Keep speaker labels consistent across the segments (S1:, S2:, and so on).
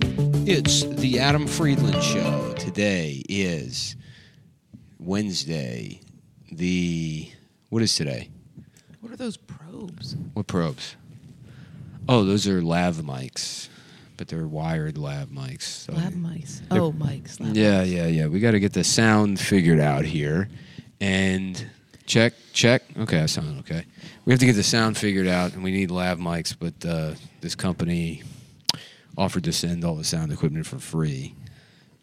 S1: It's the Adam Friedland Show. Today is Wednesday. The what is today?
S2: What are those probes?
S1: What probes? Oh, those are lav mics, but they're wired lav mics. So
S2: Lab mice. Oh, mics. Lab
S1: Yeah, yeah, yeah. We got to get the sound figured out here, and check, check. Okay, I sound okay. We have to get the sound figured out, and we need lav mics. But uh, this company offered to send all the sound equipment for free,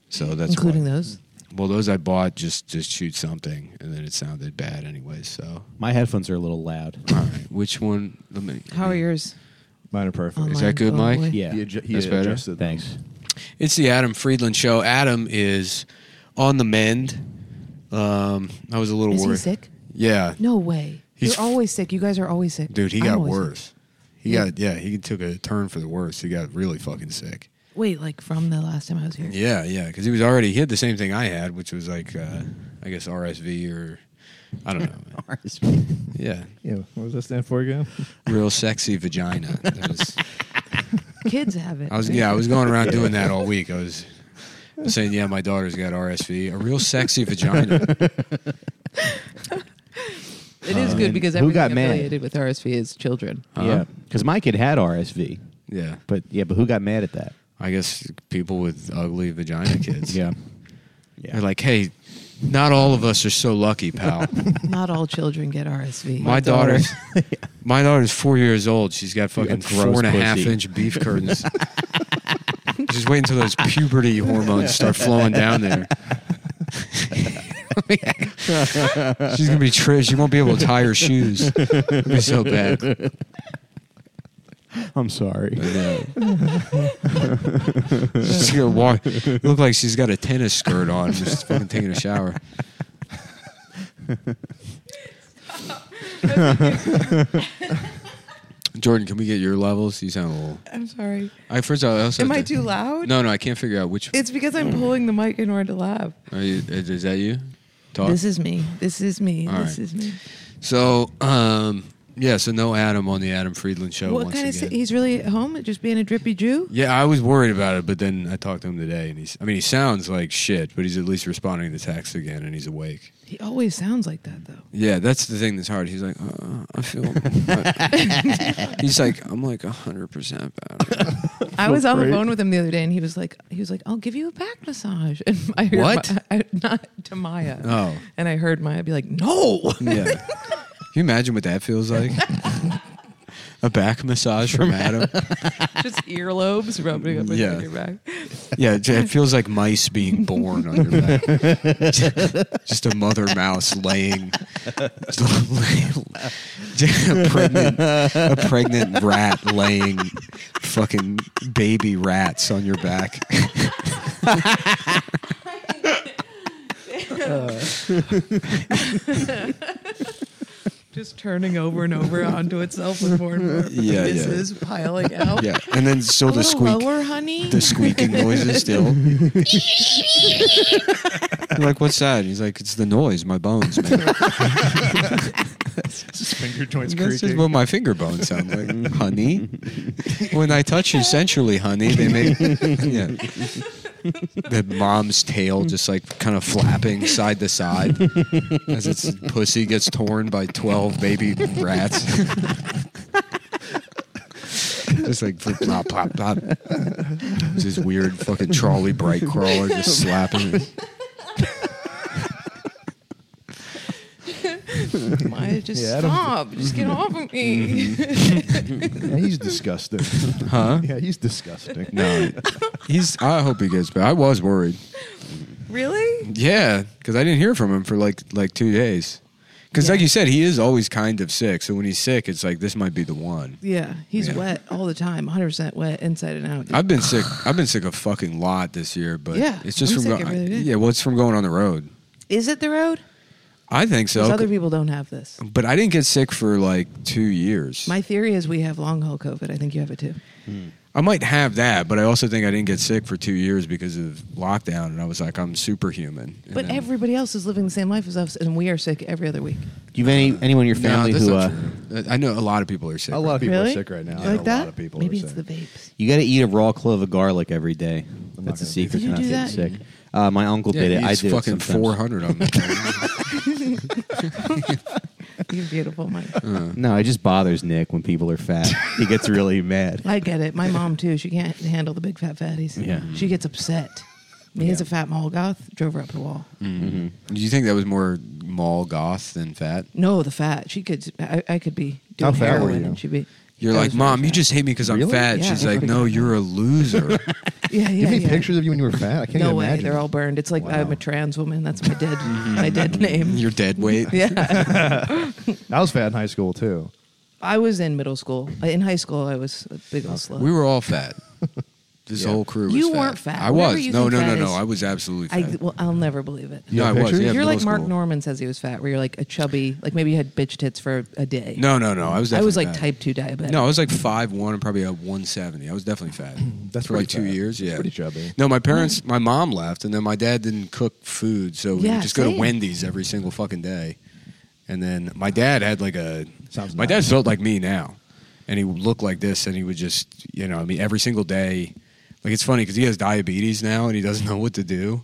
S1: so that's
S2: including
S1: why-
S2: those.
S1: Well, those I bought just to shoot something, and then it sounded bad anyway. So,
S3: My headphones are a little loud.
S1: all right, which one? Let me.
S2: How are yours?
S3: Mine are perfect.
S2: Online, Oh,
S1: Is that good, Mike?
S2: probably?
S3: Yeah.
S4: He, adju- he
S1: That's better.
S4: adjusted. them.
S3: Thanks.
S1: It's the Adam Friedland show. Adam is on the mend. Um, I was a little
S2: Is he
S1: worried.
S2: sick?
S1: Yeah.
S2: No way.
S1: He's
S2: You're always sick. You guys are always sick.
S1: Dude, he
S2: I'm
S1: got
S2: always sick.
S1: worse. He got yeah, he took a turn for the worse. He got really fucking sick.
S2: Wait, like from the last time I was here.
S1: Yeah, yeah, because he was already he had the same thing I had, which was like uh, I guess RSV or I don't know. yeah,
S3: Yeah, what does that stand for again?
S1: real sexy vagina. That was,
S2: Kids have it.
S1: I was
S2: right?
S1: yeah, I was going around doing that all week. I was saying yeah, my daughter's got RSV, a real sexy vagina.
S2: It
S1: uh,
S2: is good because
S3: who
S2: everything
S3: got mad?
S2: affiliated with RSV is children.
S1: Uh-huh.
S3: Yeah, because my kid had RSV,
S1: Yeah,
S3: but yeah, but who got mad at that?
S1: I guess people with ugly vagina kids.
S3: yeah.
S1: they're like, hey, not all of us are so lucky, pal.
S2: Not all children get RSV.
S1: My daughter's my daughter's four years old. She's got fucking
S3: gross
S1: four and a half
S3: pussy.
S1: inch beef curtains. Just wait until those puberty hormones start flowing down there. She's gonna be tripped. She won't be able to tie her shoes. It'll be so bad.
S3: I'm sorry.
S1: She's gonna walk. Look like she's got a tennis skirt on, just fucking taking a shower. Jordan, can we get your levels? You sound a little.
S2: I'm sorry.
S1: I first I also
S2: Am
S1: have
S2: I
S1: to-
S2: too loud?
S1: No, no, I can't figure out which.
S2: It's because I'm pulling the mic in order to laugh.
S1: Are you, is is that you? Talk.
S2: This is me. This is me.
S1: Oh. All right.
S2: this is me.
S1: so, um, yeah. So no Adam on the Adam Friedland show.
S2: what
S1: once
S2: kind of
S1: again.
S2: sick? He's really at home, just being a drippy Jew.
S1: yeah, I was worried about it, but then I talked to him today, and he's. I mean, he sounds like shit, but he's at least responding to text again, and he's awake.
S2: He always sounds like that, though.
S1: Yeah, that's the thing that's hard. He's like, uh, I feel. he's like, I'm like hundred percent better.
S2: I was on the
S4: great.
S2: phone with him the other day, and he was like, he was like, I'll give you a back massage. And I heard
S1: What?
S2: My, I, not to Maya.
S1: Oh.
S2: and I heard Maya be like, no.
S1: Yeah. Can you imagine what that feels like? A back massage from Adam.
S2: just earlobes rubbing up
S1: Yeah.
S2: against your back.
S1: Yeah, it- it feels like mice being born on your back. just a mother mouse laying, just a pregnant, a pregnant rat laying fucking baby rats on your back.
S2: Just turning over and over onto itself with more and more
S1: Yeah, yeah.
S2: pieces piling out.
S1: Yeah, and then
S2: A
S1: still the
S2: little
S1: squeak,
S2: lower, honey.
S1: the squeaking noises still. You're like, what's that? He's like, it's the noise, my bones, man.
S4: His finger joints
S1: That's just
S4: creaking.
S1: what my finger bones sound like, honey. When I touch you sensually, honey, they make yeah. the mom's tail just like kind of flapping side to side as its pussy gets torn by twelve baby rats. just like flip, plop, plop, plop. It's This weird fucking trolley bright crawler just slapping. it.
S2: Maya, just
S4: Yeah, I don't-
S2: stop. Just get off of me.
S4: Yeah, he's disgusting.
S1: Huh?
S4: yeah, he's disgusting.
S1: No, he's. I hope he gets better. I was worried.
S2: really?
S1: Yeah, because I didn't hear from him for like like two days. Because like
S2: Yeah.
S1: you said, he is always kind of sick. So when he's sick, it's like this might be the one.
S2: Yeah, he's
S1: Yeah.
S2: wet all the time, 100% wet inside and out.
S1: I've been sick. I've been sick a fucking lot this year, but
S2: Yeah,
S1: it's just
S2: I'm
S1: from
S2: sick
S1: go-
S2: every day.
S1: yeah. Well, it's from going on the road.
S2: Is it the road?
S1: I think
S2: Because
S1: so.
S2: other people don't have this.
S1: but I didn't get sick for like two years.
S2: My theory is we have long haul COVID. I think you have it too.
S1: I might have that, but I also think I didn't get sick for two years because of lockdown, and I was like, I'm superhuman. And
S2: But
S1: then-
S2: everybody else is living the same life as us, and we are sick every other week.
S3: Do you have any anyone in your
S1: No,
S3: family
S1: that's
S3: who
S1: not
S3: uh,
S1: true. I know a lot of people are sick.
S4: A lot of people
S2: Really?
S4: are sick right now.
S2: like
S4: a
S2: that?
S4: lot of people
S2: Maybe
S4: are
S2: it's
S4: sick.
S2: the vapes.
S3: you got to eat a raw clove of garlic every day?
S4: I'm I'm
S3: That's a
S4: not gonna
S3: secret.
S4: do
S3: to
S4: that.
S3: not getting sick. Uh, my uncle
S1: Yeah,
S3: did it.
S1: you
S3: I
S1: use
S3: did it
S1: fucking
S3: sometimes.
S1: 400 on that.
S2: You're beautiful, Mike.
S3: No, it just bothers Nick when people are fat. he gets really mad.
S2: I get it. My mom too. She can't handle the big fat fatties.
S3: Yeah.
S2: She gets upset. Me as a fat mall goth drove her up the wall.
S1: Mm. Do you think that was more mall goth than fat?
S2: No, the fat. She could. I, I could be
S4: How
S2: doing
S4: fat were
S2: heroin,
S4: you?
S2: and she'd be.
S1: You're
S2: I
S1: like,
S2: was really
S1: mom, you
S2: fat."
S1: just hate me because I'm
S4: Really?
S1: fat.
S2: Yeah.
S1: She's like, no, you're a loser.
S2: Yeah,
S4: Do you
S2: yeah,
S4: have any
S2: yeah.
S4: pictures of you when you were fat? I can't
S2: No
S4: even
S2: way.
S4: imagine.
S2: They're all burned. It's like
S4: Wow.
S2: I'm a trans woman. That's my dead. my dead name.
S1: Your dead weight.
S2: Yeah.
S4: I was fat in high school too.
S2: I was in middle school. Uh, In high school, I was a big old slut.
S1: We were all fat. This
S4: Yeah.
S1: whole crew was
S2: You
S1: fat.
S2: weren't fat.
S1: I
S2: Whatever
S1: was.
S2: you
S1: No,
S2: think
S1: no, no,
S2: fat
S1: no.
S2: is-
S1: I was absolutely fat.
S2: I, well, I'll never believe it.
S1: no, I
S4: have
S1: was.
S4: pictures?
S1: Yeah,
S2: You're like
S1: middle
S2: Mark
S1: school.
S2: Norman says he was fat, where you're like a chubby, like maybe you had bitch tits for a day.
S1: No, no, no. I was.
S2: I was
S1: definitely
S2: like
S1: fat.
S2: type 2 diabetic.
S1: No, I was like five one and probably a one seventy. I was definitely fat.
S4: That's
S1: for like
S4: pretty
S1: two
S4: fat.
S1: years.
S4: That's
S1: Yeah,
S4: pretty chubby.
S1: No, my parents, my mom left, and then my dad didn't cook food, so we
S2: Yeah,
S1: would just go to
S2: same.
S1: Wendy's every single fucking day. And then my dad had like a.
S4: Sounds
S1: my
S4: nice.
S1: dad felt like me now, and he would look like this, and he would just, you know, I mean, every single day. Like it's funny because he has diabetes now, and he doesn't know what to do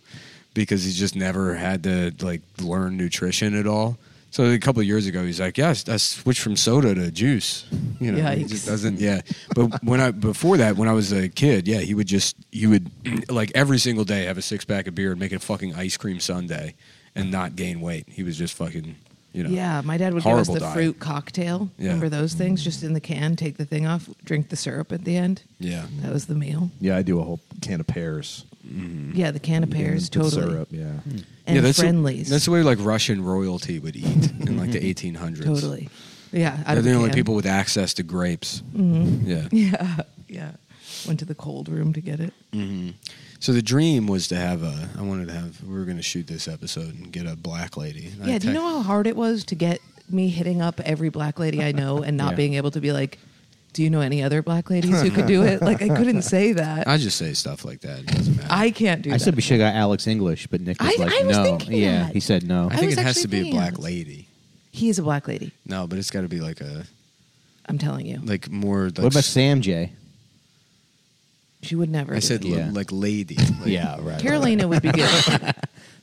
S1: because he's just never had to like learn nutrition at all. So a couple of years ago, he's like, "Yes, I switched from soda to juice." You know, he
S2: Yikes.
S1: just doesn't. Yeah, but when I before that, when I was a kid, yeah, he would just he would like every single day have a six pack of beer and make it a fucking ice cream sundae and not gain weight. He was just fucking, you know.
S2: Yeah, my dad would give us
S1: horrible
S2: the
S1: diet.
S2: fruit cocktail.
S1: Yeah. Mm.
S2: Remember those things? Just in the can, take the thing off, drink the syrup at the end.
S1: Yeah.
S2: That was the meal.
S4: Yeah, I do a whole can of pears.
S1: Mm.
S4: Mm,
S2: Yeah, the can of pears,
S4: With
S2: totally.
S4: Syrup, yeah.
S2: And
S1: yeah, that's the-
S2: friendlies.
S1: that's the way like Russian royalty would eat in like the 1800s.
S2: totally. Yeah, out
S1: They're
S2: of
S1: the
S2: a
S1: only
S2: can.
S1: people with access to grapes. Yeah.
S2: Mm-hmm. Yeah, yeah. Went to the cold room to get it.
S1: Mm. So the dream was to have a. I wanted to have. We were going to shoot this episode and get a black lady. And I
S2: Yeah, do
S1: text-
S2: you know how hard it was to get me hitting up every black lady I know and not
S3: Yeah.
S2: being able to be like, do you know any other black ladies who could do it? Like, I couldn't say that. I,
S1: I just say stuff like that. It doesn't matter.
S2: can't do
S3: I
S2: that.
S3: said we should have got Alex English, but Nick was
S2: I-
S3: like,
S2: I was
S3: no.
S2: thinking
S3: Yeah,
S2: that.
S3: he said no.
S1: I
S2: I
S1: think
S2: was
S1: it has
S2: actually
S1: to be a
S2: thinking
S1: black
S2: of-
S1: lady.
S2: he is a black lady.
S1: No, but it's got to be like a
S2: I'm telling you.
S1: like more. Like,
S3: what about
S1: s-
S3: Sam J?
S2: she would never.
S1: I
S2: do
S1: said
S2: it.
S1: l-
S3: Yeah.
S1: like lady. Like,
S3: right.
S2: Carolina would be good.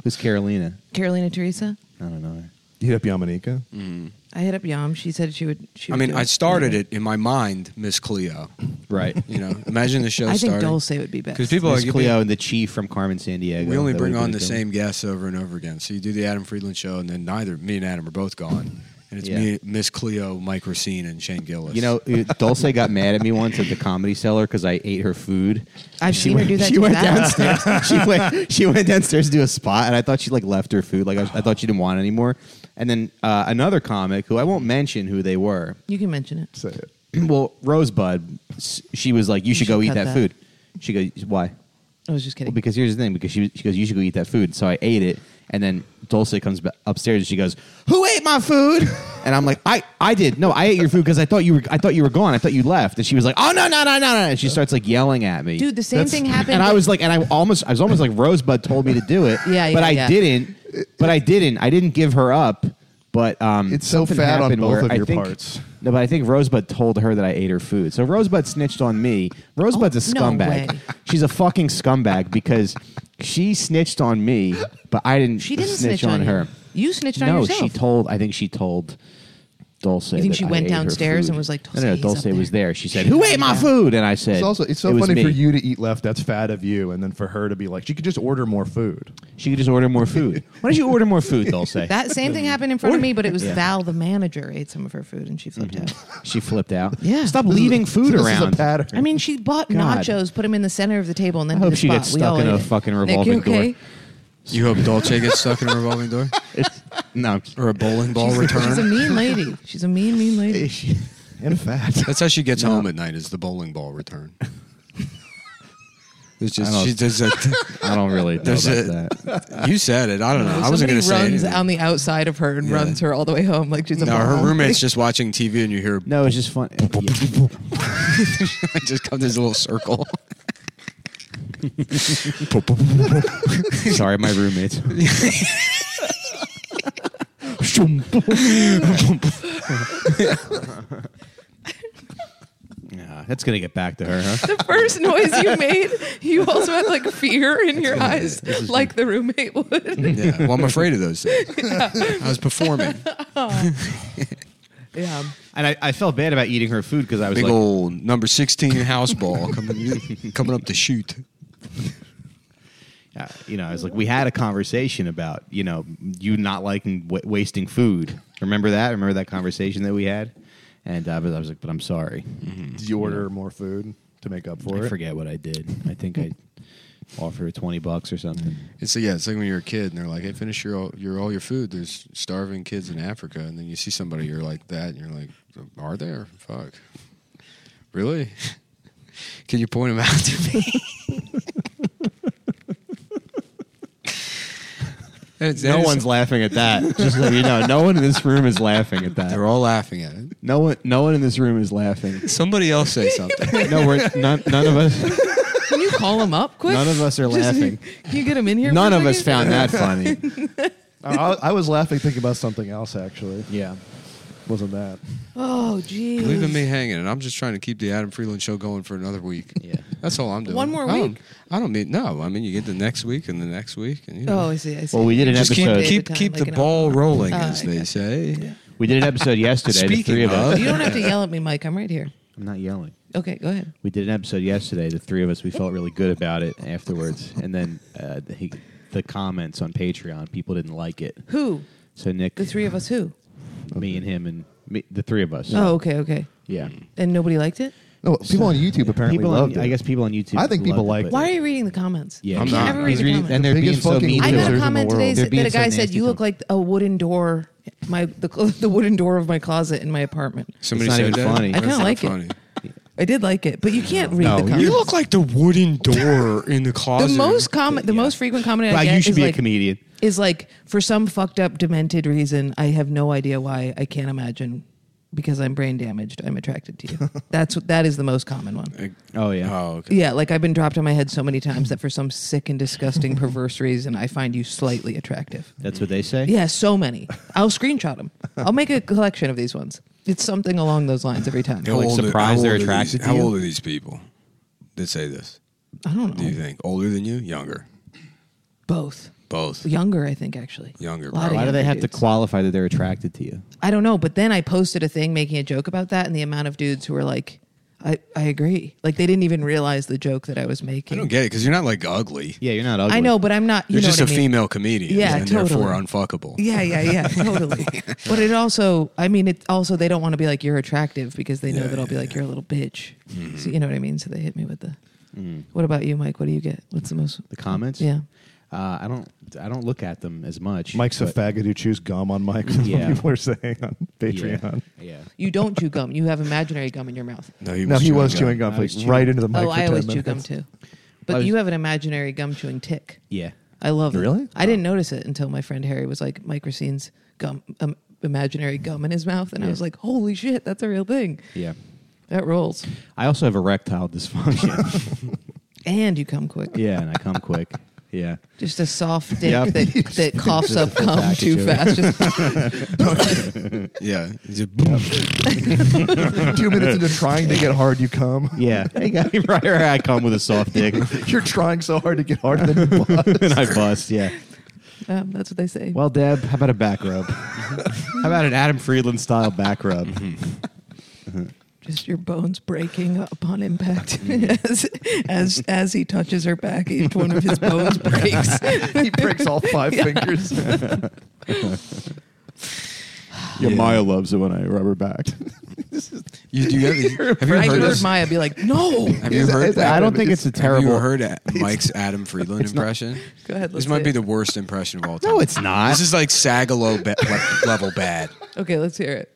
S3: Who's Carolina?
S2: Carolina Teresa.
S3: I don't know. her.
S4: You hit up Yamanika?
S2: I hit up Yam. She said she would. She
S1: I
S2: would
S1: mean,
S2: do
S1: I started it in my mind, Miss Cleo.
S3: Right.
S1: You know, imagine the show
S2: I think
S1: starting
S2: Dulce would be best.
S1: because people
S3: Miss
S1: are
S3: Cleo and the Chief from Carmen San Diego.
S1: We only
S3: That
S1: bring
S3: would've
S1: on
S3: been a
S1: the
S3: good
S1: same guests over and over again. So you do the Adam Friedland show, and then neither me and Adam are both gone, and it's
S3: Yeah.
S1: me, Miss Cleo, Mike Racine, and Shane Gillis.
S3: one. You know, Dulce got mad at me once at the Comedy Cellar because I ate her food.
S2: I've seen her do that.
S3: She
S2: to
S3: went
S2: Matt.
S3: downstairs. she went. She went downstairs to do a spot, and I thought she like left her food. Like I, I thought she didn't want it anymore. And then uh, another comic who I won't mention who they were.
S2: You can mention it.
S4: Say it.
S3: well, Rosebud. s- She was like, "You should go
S2: should
S3: eat
S2: cut
S3: that,
S2: that.
S3: food." She goes, "Why?"
S2: I was just kidding.
S3: Well, because here's the thing. Because she, was- she goes, "You should go eat that food." So I ate it, and then Dulce comes ba- upstairs and she goes, "Who ate my food?" And I'm like, "I, I did. No, I ate your food because I thought you were. I thought you were gone. I thought you left." And she was like, "Oh no, no, no, no, no!" And she starts like yelling at me.
S2: Dude, the same thing happened.
S3: And I was like, and I almost, I was almost like Rosebud told me to do it.
S2: Yeah,
S3: But
S2: yeah,
S3: I
S2: yeah.
S3: didn't. But I didn't. I didn't give her up. But um,
S4: It's so
S3: something
S4: fat on
S3: happened
S4: both
S3: where
S4: of
S3: I
S4: your
S3: think-
S4: parts.
S3: No, but I think Rosebud told her that I ate her food. So Rosebud snitched on me. Rosebud's a
S2: Oh, no
S3: scumbag.
S2: way.
S3: She's a fucking scumbag because she snitched on me, but I didn't.
S2: she didn't
S3: snitch, on,
S2: you.
S3: her.
S2: You snitched on
S3: no,
S2: yourself.
S3: she told. I think she told. Dulce.
S2: You think
S3: that
S2: she
S3: I
S2: went
S3: ate her
S2: downstairs
S3: food.
S2: and was like,
S3: "No, no, no,
S2: "Dulce, he's
S3: Dulce
S2: up
S3: was
S2: there."
S3: there." She said, "Who ate my
S2: Yeah.
S3: food?" And I said,
S4: It's also it's so
S3: it was
S4: funny for
S3: me."
S4: you to eat left. That's fat of you, and then for her to be like, she could just order more food.
S3: She could just order more food. Why don't you order more food, Dulce?
S2: That same thing happened in front of me, but it was
S3: Yeah. Mm-hmm.
S2: Val, the manager, ate some of her food and she flipped out.
S3: She flipped out.
S2: Yeah.
S3: Stop leaving food
S4: this
S3: around.
S4: is a pattern.
S2: I mean, she bought
S3: God.
S2: nachos, put them in the center of the table, and then
S3: I
S2: hit
S3: hope
S2: the
S3: she
S2: spot.
S3: gets
S2: We
S3: stuck
S2: all
S3: in
S2: ate
S3: a
S2: it.
S3: fucking
S2: Nick,
S3: revolving
S2: you okay?
S3: door.
S1: you hope Dolce gets stuck in a revolving door
S3: no, I'm just-
S1: or a bowling ball
S2: She's a
S1: return.
S2: mean lady. She's a mean, mean lady.
S4: and fat.
S1: That's how she gets home at night is the bowling ball return. It's
S3: I
S1: just
S3: don't-
S1: she does a,
S3: I don't really know
S1: There's a-
S3: about that.
S1: You said it. I don't know. I wasn't
S2: Somebody
S1: going to say
S2: runs
S1: anything.
S2: on the outside of her and
S1: Yeah.
S2: runs her all the way home like she's a
S1: no, her
S2: mom.
S1: roommate's just watching TV, and you hear
S3: No, it's just fun.
S1: it just comes this little circle.
S3: Sorry, my roommates. yeah, that's gonna get back to her, huh?
S2: The first noise you made, you also had like fear in your eyes, like the roommate would.
S1: Yeah. Well, I'm afraid of those things. I was performing.
S2: yeah.
S3: And I, I felt bad about eating her food because I was
S1: Big
S3: like,
S1: old number 16 house ball coming, coming up to shoot.
S3: uh, you know, I was like, we had a conversation about you know you not liking w- wasting food. Remember that? Remember that conversation that we had? And uh, but I was like, but I'm sorry.
S4: Did you order more food to make up for
S3: I
S4: it?
S3: forget what I did. I think I offered her twenty bucks or something.
S1: It's yeah, it's like when you're a kid and they're like, "Hey, finish your your all your food." There's starving kids in Africa, and then you see somebody, you're like that, and you're like, "Are there? Fuck, really? Can you point them out to me?" It's-
S3: No
S1: it's-
S3: one's laughing at that. Just so you know, no one in this room is laughing at
S1: They're
S3: that.
S1: all laughing at it.
S3: No one, no one in this room is laughing.
S1: Somebody else say something.
S3: No, we're none, none of us.
S2: Can you call him up quick?
S3: None of us are laughing.
S2: Can you get him in here?
S3: None
S2: for a
S3: of us
S2: second?
S3: found that funny.
S4: I, I- I was laughing thinking about something else actually.
S3: Yeah.
S4: Wasn't that?
S2: Oh, geez.
S1: Leaving me hanging, and I'm just trying to keep the Adam Freeland show going for another week.
S3: Yeah.
S1: That's all I'm doing.
S2: One more
S1: I don't-
S2: week.
S1: I don't mean no. I mean you get the next week and the next week, and you know.
S2: Oh, I see. I see.
S3: Well, we did an
S1: just keep
S3: episode.
S1: keep,
S2: Time,
S1: keep
S2: like
S1: the
S2: an
S1: ball rolling,
S2: Ah,
S1: as they
S2: okay.
S1: say.
S3: We did an episode yesterday. the
S1: Speaking
S3: three of
S1: of-
S3: us.
S2: You don't have to yell at me, Mike. I'm right here.
S3: I'm not yelling.
S2: Okay, go ahead.
S3: We did an episode yesterday. The three of us. We felt really good about it afterwards. And then uh, the, the comments on Patreon, people didn't like it.
S2: Who?
S3: So Nick,
S2: The three of us. Who?
S3: me and him, and me, the three of us.
S2: Oh, okay, okay.
S3: yeah.
S2: And nobody liked it.
S4: No, people on YouTube apparently
S3: People,
S4: loved
S3: on,
S4: it.
S3: I guess people on YouTube.
S4: I think people
S3: loved
S4: like
S3: it, but-
S2: Why are you reading the comments?
S3: Yeah,
S2: you
S1: I'm
S2: can
S1: not.
S2: never read
S3: He's
S2: the
S3: reading-
S2: comments.
S3: and they're being
S4: biggest
S3: so
S4: fucking
S3: mean.
S2: I
S4: losers
S2: got
S4: in
S2: a
S4: the
S2: comment
S4: world.
S2: today
S3: They're
S2: that
S3: being
S2: a guy
S3: so
S2: said
S3: nasty
S2: you
S3: to
S2: look
S3: them.
S2: like a wooden door, my the, clo- the wooden door of my closet in my apartment.
S1: Somebody
S3: It's not
S1: said
S3: even
S1: that?
S3: funny. I
S1: That's
S2: kinda
S1: not
S2: like it. I did like it, but you can't read
S3: No,
S2: the
S3: you
S2: comments.
S1: You look like the wooden door in the closet.
S2: the most comment, the most frequent comment I
S3: Wow,
S2: get
S3: you should
S2: is
S3: be
S2: like,
S3: a comedian.
S2: Is like for some fucked up, demented reason. I have no idea why. I can't imagine because I'm brain damaged. I'm attracted to you. That's what that is the most common one.
S3: Oh yeah.
S1: Oh, okay.
S2: Yeah, like I've been dropped on my head so many times that for some sick and disgusting perverse reason, I find you slightly attractive.
S3: That's what they say.
S2: Yeah, so many. I'll screenshot them. I'll make a collection of these ones. It's something along those lines every time.
S1: How
S3: like,
S1: old are-
S3: surprised
S1: how
S3: they're
S1: old are these-
S3: attracted to
S1: How
S3: you?
S1: old are these people that say this?
S2: I don't
S1: Do you
S2: know.
S1: think older than you, younger,
S2: Both.
S1: both?
S2: Younger, I think actually.
S1: Younger,
S2: A lot of
S1: probably.
S3: Why do they
S2: younger
S3: have
S2: dudes.
S3: to qualify that they're attracted to you?
S2: I don't know, but then I posted a thing making a joke about that and the amount of dudes who were like, I, I agree. Like they didn't even realize the joke that I was
S1: I
S2: making.
S1: don't get it because you're not like ugly.
S3: Yeah, you're not ugly.
S2: I know, but I'm not you
S1: You're
S2: know
S1: just a
S2: what I mean.
S1: female comedian,
S2: Yeah,
S1: and therefore
S2: totally.
S1: unfuckable.
S2: Yeah, yeah, yeah, totally. but it also, I mean, it also they don't want to be like you're attractive because they know
S1: Yeah,
S2: that I'll be
S1: yeah, Mm-hmm.
S2: like you're a little bitch. So you know what I mean. So they hit me with the.
S1: Mm.
S2: What about you, Mike? What do you get? What's the most?
S3: the comments.
S2: Yeah.
S3: Uh, I don't. I don't look at them as much.
S4: Mike's a
S3: but-
S4: faggot who chews gum on Mike. is what
S3: Yeah.
S4: people are saying on
S3: Yeah.
S4: Patreon.
S3: yeah.
S2: You don't chew gum. You have imaginary gum in your mouth.
S1: No, he was,
S4: No, he was
S1: chewing
S4: chewing
S1: gum.
S4: gum,
S3: I was
S4: like
S3: chewing.
S4: right into the mic.
S2: oh,
S4: for
S2: I
S4: 10
S2: always chew gum
S4: minutes.
S2: too.
S3: I
S2: But
S3: was-
S2: you have an imaginary gum chewing tick.
S3: Yeah.
S2: I love it.
S3: Really?
S2: I didn't notice it until my friend Harry was like, Mike Racine's gum, um, imaginary gum in his mouth. And I
S3: Yeah.
S2: was like, holy shit, that's a real thing.
S3: Yeah.
S2: That rolls.
S3: I also have erectile dysfunction.
S2: And you come quick.
S3: yeah, and I come quick. Yeah.
S2: Just a soft dick
S3: Yep.
S2: that, that coughs up cum
S3: package
S2: too
S3: of it.
S2: fast. Just,
S1: Yeah, He's a boom.
S4: Two minutes into trying to get hard, you come.
S3: Yeah. Hey, guy, right, right, I come with a soft dick and
S4: You're trying so hard to get hard, and then you bust.
S3: I bust. Yeah.
S2: um, that's what they say.
S3: Well, Deb, how about a back rub? how about an Adam Friedland style back rub?
S2: just your bones breaking upon impact as, as as he touches her back. Each one of his bones breaks.
S4: he breaks all five fingers.
S3: Yeah,
S4: Maya loves it when I rubber back.
S1: You, you have, have you
S2: I
S1: heard
S2: heard
S1: this?
S2: Maya be like, "No,
S1: Have you heard that?
S3: I don't think it's a
S1: Have
S3: terrible.
S1: you heard A- Mike's Adam Friedland impression?
S2: Go ahead,
S1: This
S2: let's
S1: might
S2: see
S1: be
S2: it.
S1: the worst impression of all time.
S3: No, it's not.
S1: This is like Sagalo be- le- level bad.
S2: okay, let's hear it."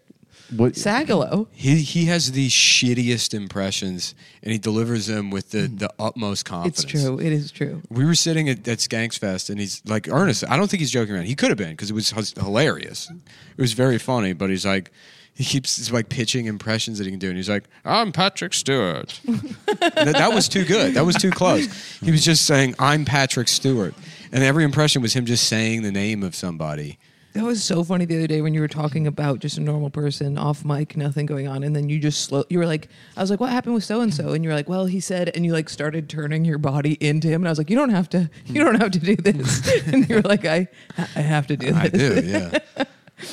S3: What-
S2: Sagalo.
S1: He he has the shittiest impressions, and he delivers them with the, the utmost confidence.
S2: Hmm. It's true. It is true.
S1: We were sitting at, at Skanks Fest, and he's like, Ernest, I don't think he's joking around. He could have been because it was hus- hilarious. It was very funny, but he's like, he keeps he's like pitching impressions that he can do, and he's like, I'm Patrick Stewart. that, that was too good. That was too close. He was just saying, I'm Patrick Stewart. And every impression was him just saying the name of somebody.
S2: That was so funny the other day when you were talking about just a normal person off mic, nothing going on, and then you just slow. You were like, I was like, what happened with so and so? And you were like, well, he said, and you like started turning your body into him, and I was like, you don't have to, you don't have to do this, and you were like, I, I have to do this.
S1: I do, yeah.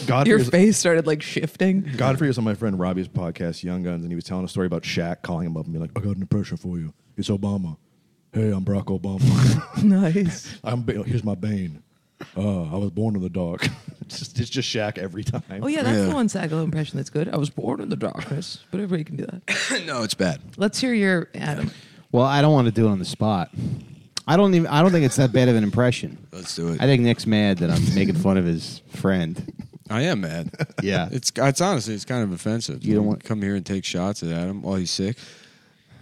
S4: Godfrey,
S2: Your
S4: is,
S2: face started like shifting.
S4: Godfrey is on my friend Robbie's podcast, Young Guns, and he was telling a story about Shaq calling him up and being like, "I got an impression for you. It's Obama. Hey, I'm Barack Obama.
S2: Nice.
S4: I'm Ba- here's my Bane. Uh, I was born in the dark. it's, just, it's just Shaq every time.
S2: Oh yeah, that's
S1: Yeah.
S2: the one Sago impression that's good. I was born in the darkness, but everybody can do that.
S1: no, it's bad.
S2: Let's hear your Adam.
S3: Well, I don't want to do it on the spot. I don't even. I don't think it's that bad of an impression.
S1: Let's do it.
S3: I think Nick's mad that I'm making fun of his friend.
S1: I am mad.
S3: Yeah.
S1: It's it's honestly it's kind of offensive.
S3: You don't want-
S1: come here and take shots at Adam while he's sick,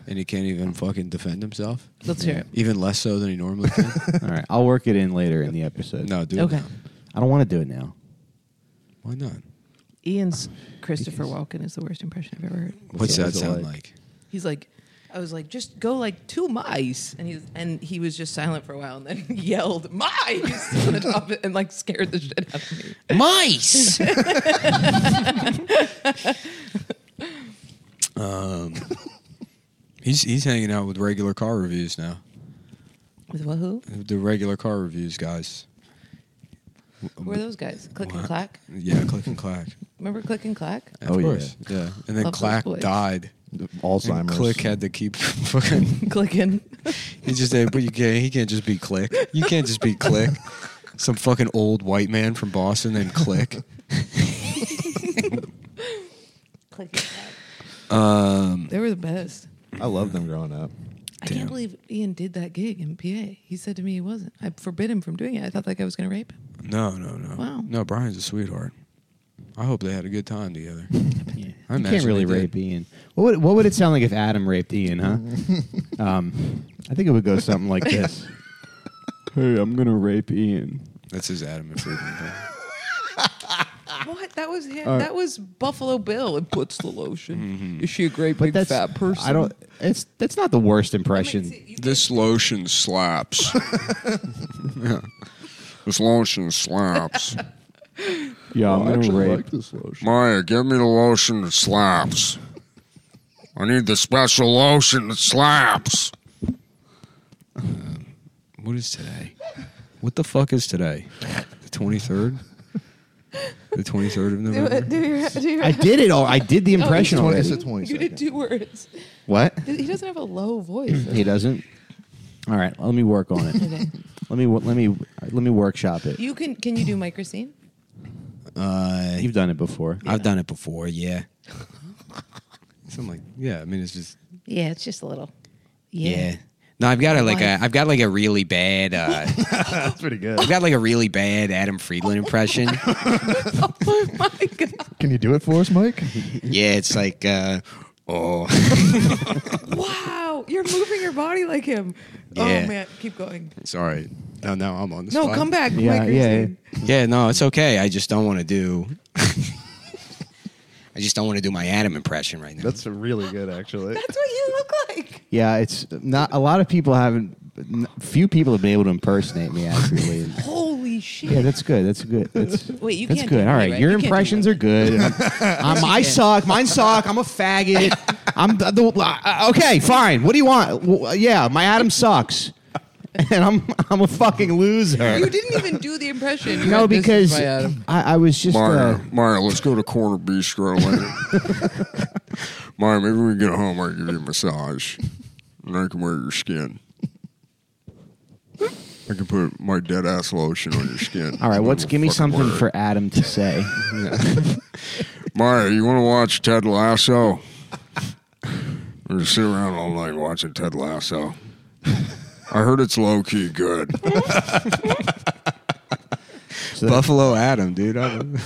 S1: and he can't even fucking defend himself.
S2: Let's hear it.
S1: Even less so than he normally can.
S3: All right, I'll work it in later in the episode.
S1: no, dude.
S2: Okay.
S3: I don't want to do it now.
S1: Why not?
S2: Ian's Christopher Walken is the worst impression I've ever heard.
S1: What's
S3: Yeah,
S1: that
S3: what's it
S1: sound
S3: like?
S1: like?
S2: He's like, I was like, just go like two mice, and he's and he was just silent for a while, and then yelled mice on the top and like scared the shit out of me.
S1: Mice. um, he's he's hanging out with regular car reviews now.
S2: With what? Who?
S1: The regular car reviews guys.
S2: Who are those guys? Click and
S1: Um, What?
S2: clack.
S1: Yeah, click and clack.
S2: Remember click and clack?
S1: Of
S4: Oh, yeah.
S1: course. Yeah. And then
S2: Love those
S1: Clack
S2: boys.
S1: died.
S4: Alzheimer's.
S1: And Click had to keep fucking.
S2: Clicking.
S1: He just said, but you can't. He can't just be Click. You can't just be Click. Some fucking old white man from Boston named Click.
S2: click and clack.
S1: Um,
S2: They were the best.
S4: I love them growing up.
S2: I can't believe Ian did that gig in PA. He said to me he wasn't. I forbid him from doing it. I thought that guy was going to rape him.
S1: no, no, no.
S2: Wow.
S1: No, Brian's a sweetheart. I hope they had a good time together.
S3: Yeah.
S1: I
S3: You can't
S1: imagine
S3: really
S1: they did.
S3: rape Ian. What would, what would it sound like if Adam raped Ian, huh? um, I think it would go something like this. hey, I'm going to rape Ian.
S1: That's his Adam and Friedman. thing.
S2: What? That was him. that was Buffalo Bill and puts the lotion.
S1: Mm-hmm.
S2: Is she a great big
S3: That's
S2: fat person?
S3: I don't it's that's not the worst
S2: Makes
S3: impression.
S2: it- you
S1: this lotion slaps. Yeah. This lotion slaps.
S3: Yeah, I'm going to rape.
S4: this lotion.
S1: Maya, give me the lotion that slaps. I need the special lotion that slaps. Um, what is today? What the fuck is today? The 23rd? The 23rd of
S2: Do
S1: November?
S2: it. Do your. Do your
S3: I did it all. I did the impression
S4: Twenty-
S3: already.
S4: it's a twenty.
S2: You did
S4: second.
S2: two words.
S3: what?
S2: He doesn't have a low voice.
S3: He doesn't. All right, let me work on it.
S2: Okay.
S3: let me wo- let me let me workshop it.
S2: You can. Can you do Mike Racine?
S1: Uh,
S3: You've done it before.
S1: I've done it before, yeah. Something like, yeah, I mean, it's just,
S2: Yeah, it's just a little.
S1: No, I've got a,
S2: like, a-
S1: I've got like a really bad, uh,
S4: That's pretty good.
S1: got like a really bad Adam Friedland impression.
S2: Oh my god!
S4: Can you do it for us, Mike?
S1: yeah, it's like, uh, oh.
S2: Wow, you're moving your body like him.
S1: Yeah.
S2: Oh man, keep going.
S1: Sorry. No, Oh, now I'm on the
S2: No,
S1: spot.
S2: come back,
S3: Yeah,
S2: Mike
S3: yeah,
S2: Racine.
S1: Yeah, no, it's okay. I just don't want to do. I just don't want to do my Adam impression right now.
S4: That's really good, actually.
S2: That's what you look like.
S3: Yeah, it's not a lot of people haven't. n- Few people have been able to impersonate me accurately.
S2: Holy shit!
S3: yeah, that's good. That's good. That's,
S2: Wait, you
S3: that's
S2: can't do
S3: good.
S2: it,
S3: All right,
S2: right?
S3: your
S2: You can't do
S3: impressions
S2: it.
S3: are good. I'm, I'm- I suck. Mine suck. I'm a faggot. I'm the, the- uh, okay. Fine. What do you want? Well, yeah, my Adam sucks, and I'm I'm a fucking loser.
S2: You didn't even do the impression. You
S3: no,
S2: went, "This is
S3: because
S2: my uh,
S3: I,
S2: Adam."
S3: I was just. Uh,
S5: Maya, Maya, let's go to Corner Bistro later. Maya, maybe we can get home. I can give you a massage, and I can wear your skin. I can put my dead ass lotion on your skin.
S3: all right, what's give me
S5: Fucking
S3: something
S5: word.
S3: for Adam to say?
S5: Maya? You want to watch Ted Lasso? Or sit around all night watching Ted Lasso. I heard it's low key good.
S1: Buffalo Adam, dude. I don't-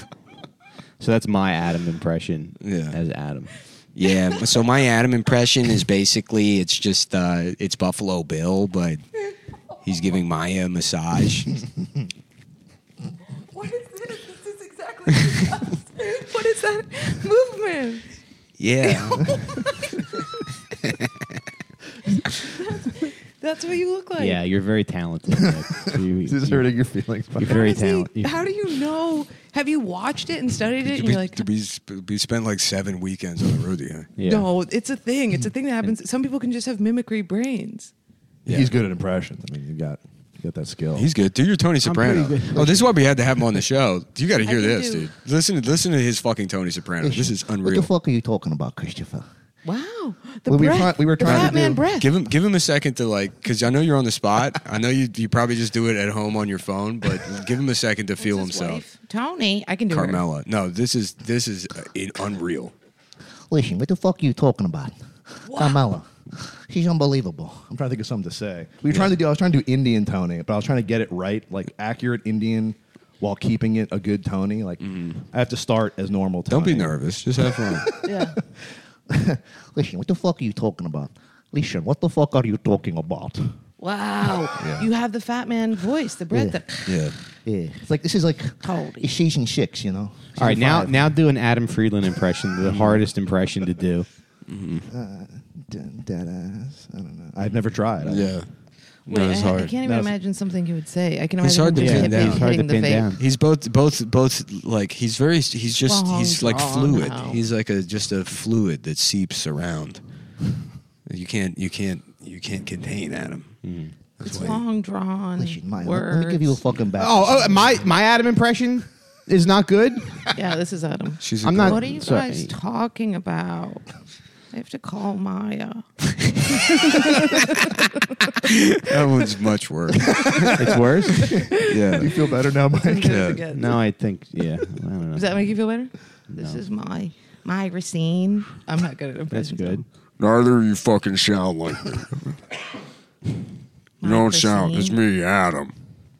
S3: so that's my Adam impression.
S1: Yeah.
S3: as Adam.
S1: yeah. So my Adam impression is basically it's just uh, it's Buffalo Bill, but he's giving Maya a massage.
S2: What is this? This is exactly. what it does. what is that movement?
S1: Yeah.
S2: That That's what you look like.
S3: yeah, you're very talented. Nick. You-
S4: This is
S3: you-
S4: hurting your feelings.
S3: You're
S2: How
S3: very
S2: does he-
S3: talented.
S2: How do you know? Have you watched it and studied it?
S1: To
S2: And
S1: be,
S2: you're like,
S1: to be, sp- be spend like seven weekends on the road together.
S3: Yeah.
S2: no, it's a thing. It's a thing that happens. Some people can just have mimicry brains.
S4: He's good at impressions. I mean, you got you got that skill.
S1: He's good. Do your Tony Soprano.
S3: pretty good.
S1: Oh, this is why we had to have him on the show. You got to hear
S2: can
S1: this,
S2: do-
S1: dude. Listen, to, listen to his fucking Tony Soprano. This is
S6: What the
S1: unreal.
S6: fuck are you talking about, Christopher?
S2: Wow. The
S4: Well, we were
S2: breath.
S4: try- we were
S2: the
S4: trying to
S2: Fat man
S4: do-
S2: breath.
S1: Give him, give him a second to like, because I know you're on the spot. I know you, you probably just do it at home on your phone, but give him a second to feel himself.
S2: Tony, I can do it.
S1: Carmela. No, this is this is uh, in- unreal.
S6: Listen, what the fuck are you talking about? Carmela. She's unbelievable.
S4: I'm trying to think of something to say. We were trying to do. I was trying to do Indian Tony, but I was trying to get it right, like accurate Indian, while keeping it a good Tony. Like I have to start as normal. Tony.
S1: Don't be nervous. Just have fun.
S2: Yeah.
S6: Listen, what the fuck are you talking about? Listen, what the fuck are you talking about?
S2: Wow. You have the fat man voice, the breath. that-
S1: yeah.
S6: Yeah, it's like this is like
S2: Holy.
S6: it's season six, you know.
S3: All right,
S6: Season
S3: now
S6: five.
S3: now do an Adam Friedland impression, the hardest impression to do.
S6: Dun, da, da, I don't know.
S4: I've never tried. I-
S1: Yeah.
S2: Wait,
S1: no, it's
S2: I,
S1: hard.
S2: I can't even
S4: That's-
S2: imagine something he would say. I can
S1: It's
S2: imagine
S1: hard to
S2: him
S1: pin
S2: just hit-
S1: down.
S2: hitting
S1: It's
S3: hard to
S2: the
S3: pin
S2: vape.
S3: down.
S1: He's both, both, both. Like he's very. He's just.
S2: Long
S1: he's like
S2: gone
S1: fluid.
S2: now.
S1: He's like a just a fluid that seeps around. You can't. You can't. You can't contain Adam. That's
S2: It's
S1: why-
S2: long drawn.
S6: Listen, my, let,
S2: words.
S6: me give you a fucking back.
S3: Oh, oh my my Adam impression is not good.
S2: Yeah, this is Adam.
S1: She's.
S3: I'm
S1: I'm
S3: not-
S1: not.
S2: What are you
S3: sorry.
S2: guys talking about? I have to call Maya.
S1: That one's much worse.
S3: It's worse.
S4: Do
S1: yeah.
S4: you feel better now, Mike?
S3: No, I think yeah. I don't know.
S2: Does that make you feel better? This is my my Racine. I'm not good at
S3: That's
S2: impressions.
S3: good.
S5: Neither of you fucking sound like me. You
S2: My
S5: don't sound.
S2: Christine.
S5: It's me, Adam.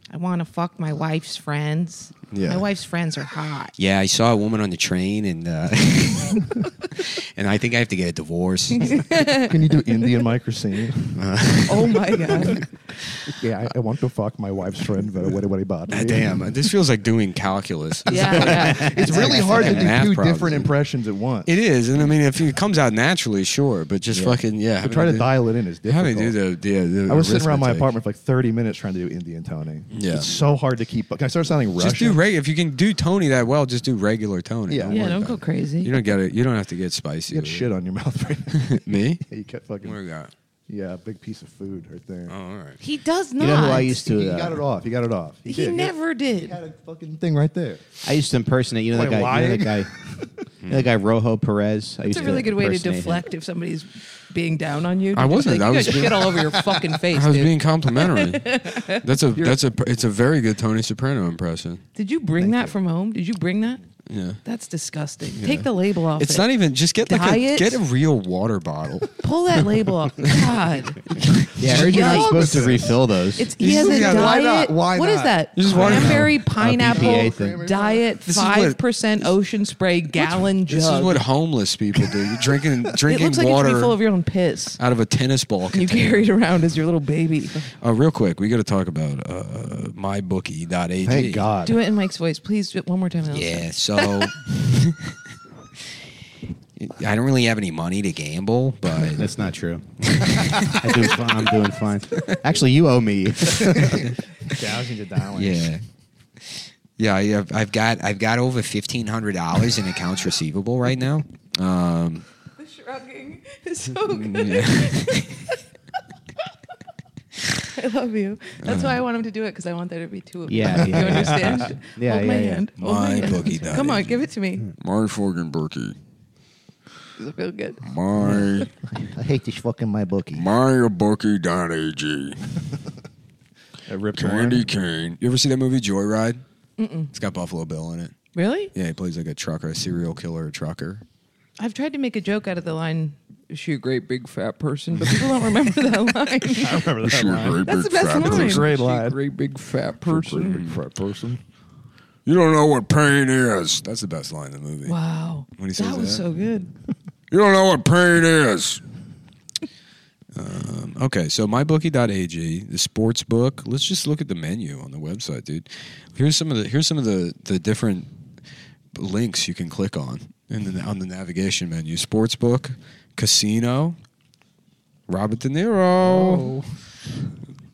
S2: I want to fuck my wife's friends.
S1: Yeah.
S2: My wife's friends are hot.
S1: Yeah, I saw a woman on the train, and uh, and I think I have to get a divorce.
S4: Can you do Indian Mike or scene?
S2: oh my god.
S4: yeah, I, I want to fuck my wife's friend, but what what about me?
S1: Ah, Damn, this feels like doing calculus.
S2: Yeah. yeah.
S4: It's really hard to do
S1: Fucking math
S4: two
S1: problems,
S4: different
S1: dude.
S4: impressions at once.
S1: It is, and I mean, if it comes out naturally, sure, but just fucking yeah.
S4: But
S1: having
S4: trying to
S1: do-
S4: dial it in is
S1: How
S4: difficult.
S1: do you do the yeah? The
S4: I was sitting around my
S1: arithmetic.
S4: apartment for like 30 minutes trying to do Indian Tony.
S1: Yeah.
S4: It's so hard to keep up. Can I start sounding Russian?
S1: Just do regular. If you can do Tony that well, just do regular Tony.
S4: Yeah.
S1: worry
S2: Yeah, don't
S1: about
S2: go
S1: it.
S2: crazy.
S1: You don't get it. You don't have to get spicy.
S4: you got
S1: with it.
S4: shit on your mouth right now.
S1: Me?
S4: you kept fucking.
S1: Where we got?
S4: Yeah, a big piece of food right there.
S1: Oh, all right.
S2: he does not.
S3: You know who I used
S4: He, he
S3: to?
S4: got it
S3: Uh,
S4: off. He got it off.
S2: He
S4: did.
S2: never
S4: He
S2: did.
S4: had a fucking thing right there.
S3: I used to impersonate. You know that
S4: Wait,
S3: guy. You know that guy.
S4: lying?
S3: you know that guy Rojo Perez. I
S2: It's
S3: used
S2: a really
S3: to
S2: good way to
S3: impersonate him.
S2: deflect if somebody's being down on you.
S1: I
S2: Just be
S1: wasn't.
S2: Like,
S1: I
S2: you
S1: was
S2: got
S1: being-
S2: shit all over your fucking face,
S1: I was
S2: dude.
S1: being complimentary. that's a that's a it's a very good Tony Soprano impression.
S2: Did you bring that from home? Did you bring that?
S1: Yeah.
S2: That's disgusting. Take the label off.
S1: It's
S2: it.
S1: not even just get like a,
S2: Diet?
S1: get a real water bottle.
S2: Pull that label off. God.
S3: Yeah, I heard you're not
S2: Yuck.
S3: supposed to refill those.
S2: It's he has a
S1: Yeah,
S2: diet.
S1: why
S4: not? Why
S2: What is
S4: not?
S2: that?
S1: This is watermelon.
S2: Cranberry
S3: PPA
S2: pineapple
S3: thing.
S2: diet.
S1: is what-
S2: Five percent ocean spray gallon jug.
S1: This is what homeless people do. You're drinking
S2: it
S1: drinking
S2: looks like
S1: water
S2: it's full of your own piss.
S1: out of a tennis ball.
S2: You
S1: container.
S2: carry it around as your little baby.
S1: Uh, real quick, we got to talk about uh, mybookie.ag.
S4: Thank God.
S2: Do it in Mike's voice, please. Do it one more time. Allison.
S1: Yeah, so I don't really have any money to gamble, but
S3: That's not true. I do fine. I'm doing fine. Actually, you owe me.
S4: Thousands of dollars.
S1: yeah, yeah, I have, I've got I've got over fifteen hundred dollars in accounts receivable right now. Um,
S2: The shrugging is so
S3: Mm,
S2: good.
S1: yeah.
S2: I love you. That's why I want him to do it because I want there to be two of you.
S3: Yeah, yeah,
S2: you
S3: yeah.
S2: understand?
S3: Yeah,
S2: Hold my
S3: yeah, Hmm. yeah.
S2: hand. Hold my
S1: My
S2: hand.
S1: bookie diet.
S2: Come on, give it to me.
S5: My fucking bookie.
S2: Does it feel good?
S5: My
S6: I hate this fucking my bookie.
S5: mybookie.ag.
S4: That ripped
S5: Candy cane.
S1: you ever see that movie Joyride? Mm-mm. It's got Buffalo Bill in it.
S2: Really?
S1: Yeah, he plays like a trucker, a serial killer trucker.
S2: I've tried to make a joke out of the line. Is she a great big fat person? But people don't remember that line.
S4: I remember
S5: She
S4: that
S5: a
S4: line.
S5: great
S2: That's
S5: big
S2: the best
S5: fat
S2: line.
S5: person.
S4: It's a great
S2: She a
S4: line.
S2: Great big fat
S5: Great
S2: person.
S5: big fat person. You don't know what pain is.
S1: That's the best line in the movie.
S2: Wow.
S1: When he
S2: that
S1: says
S2: was
S1: that?
S2: so good.
S5: You don't know what pain is.
S1: Okay, so mybookie.ag, the sports book. Let's just look at the menu on the website, dude. Here's some of the here's some of the the different links you can click on in the, on the navigation
S2: Oh.
S1: menu: sports book, casino, Robert De Niro,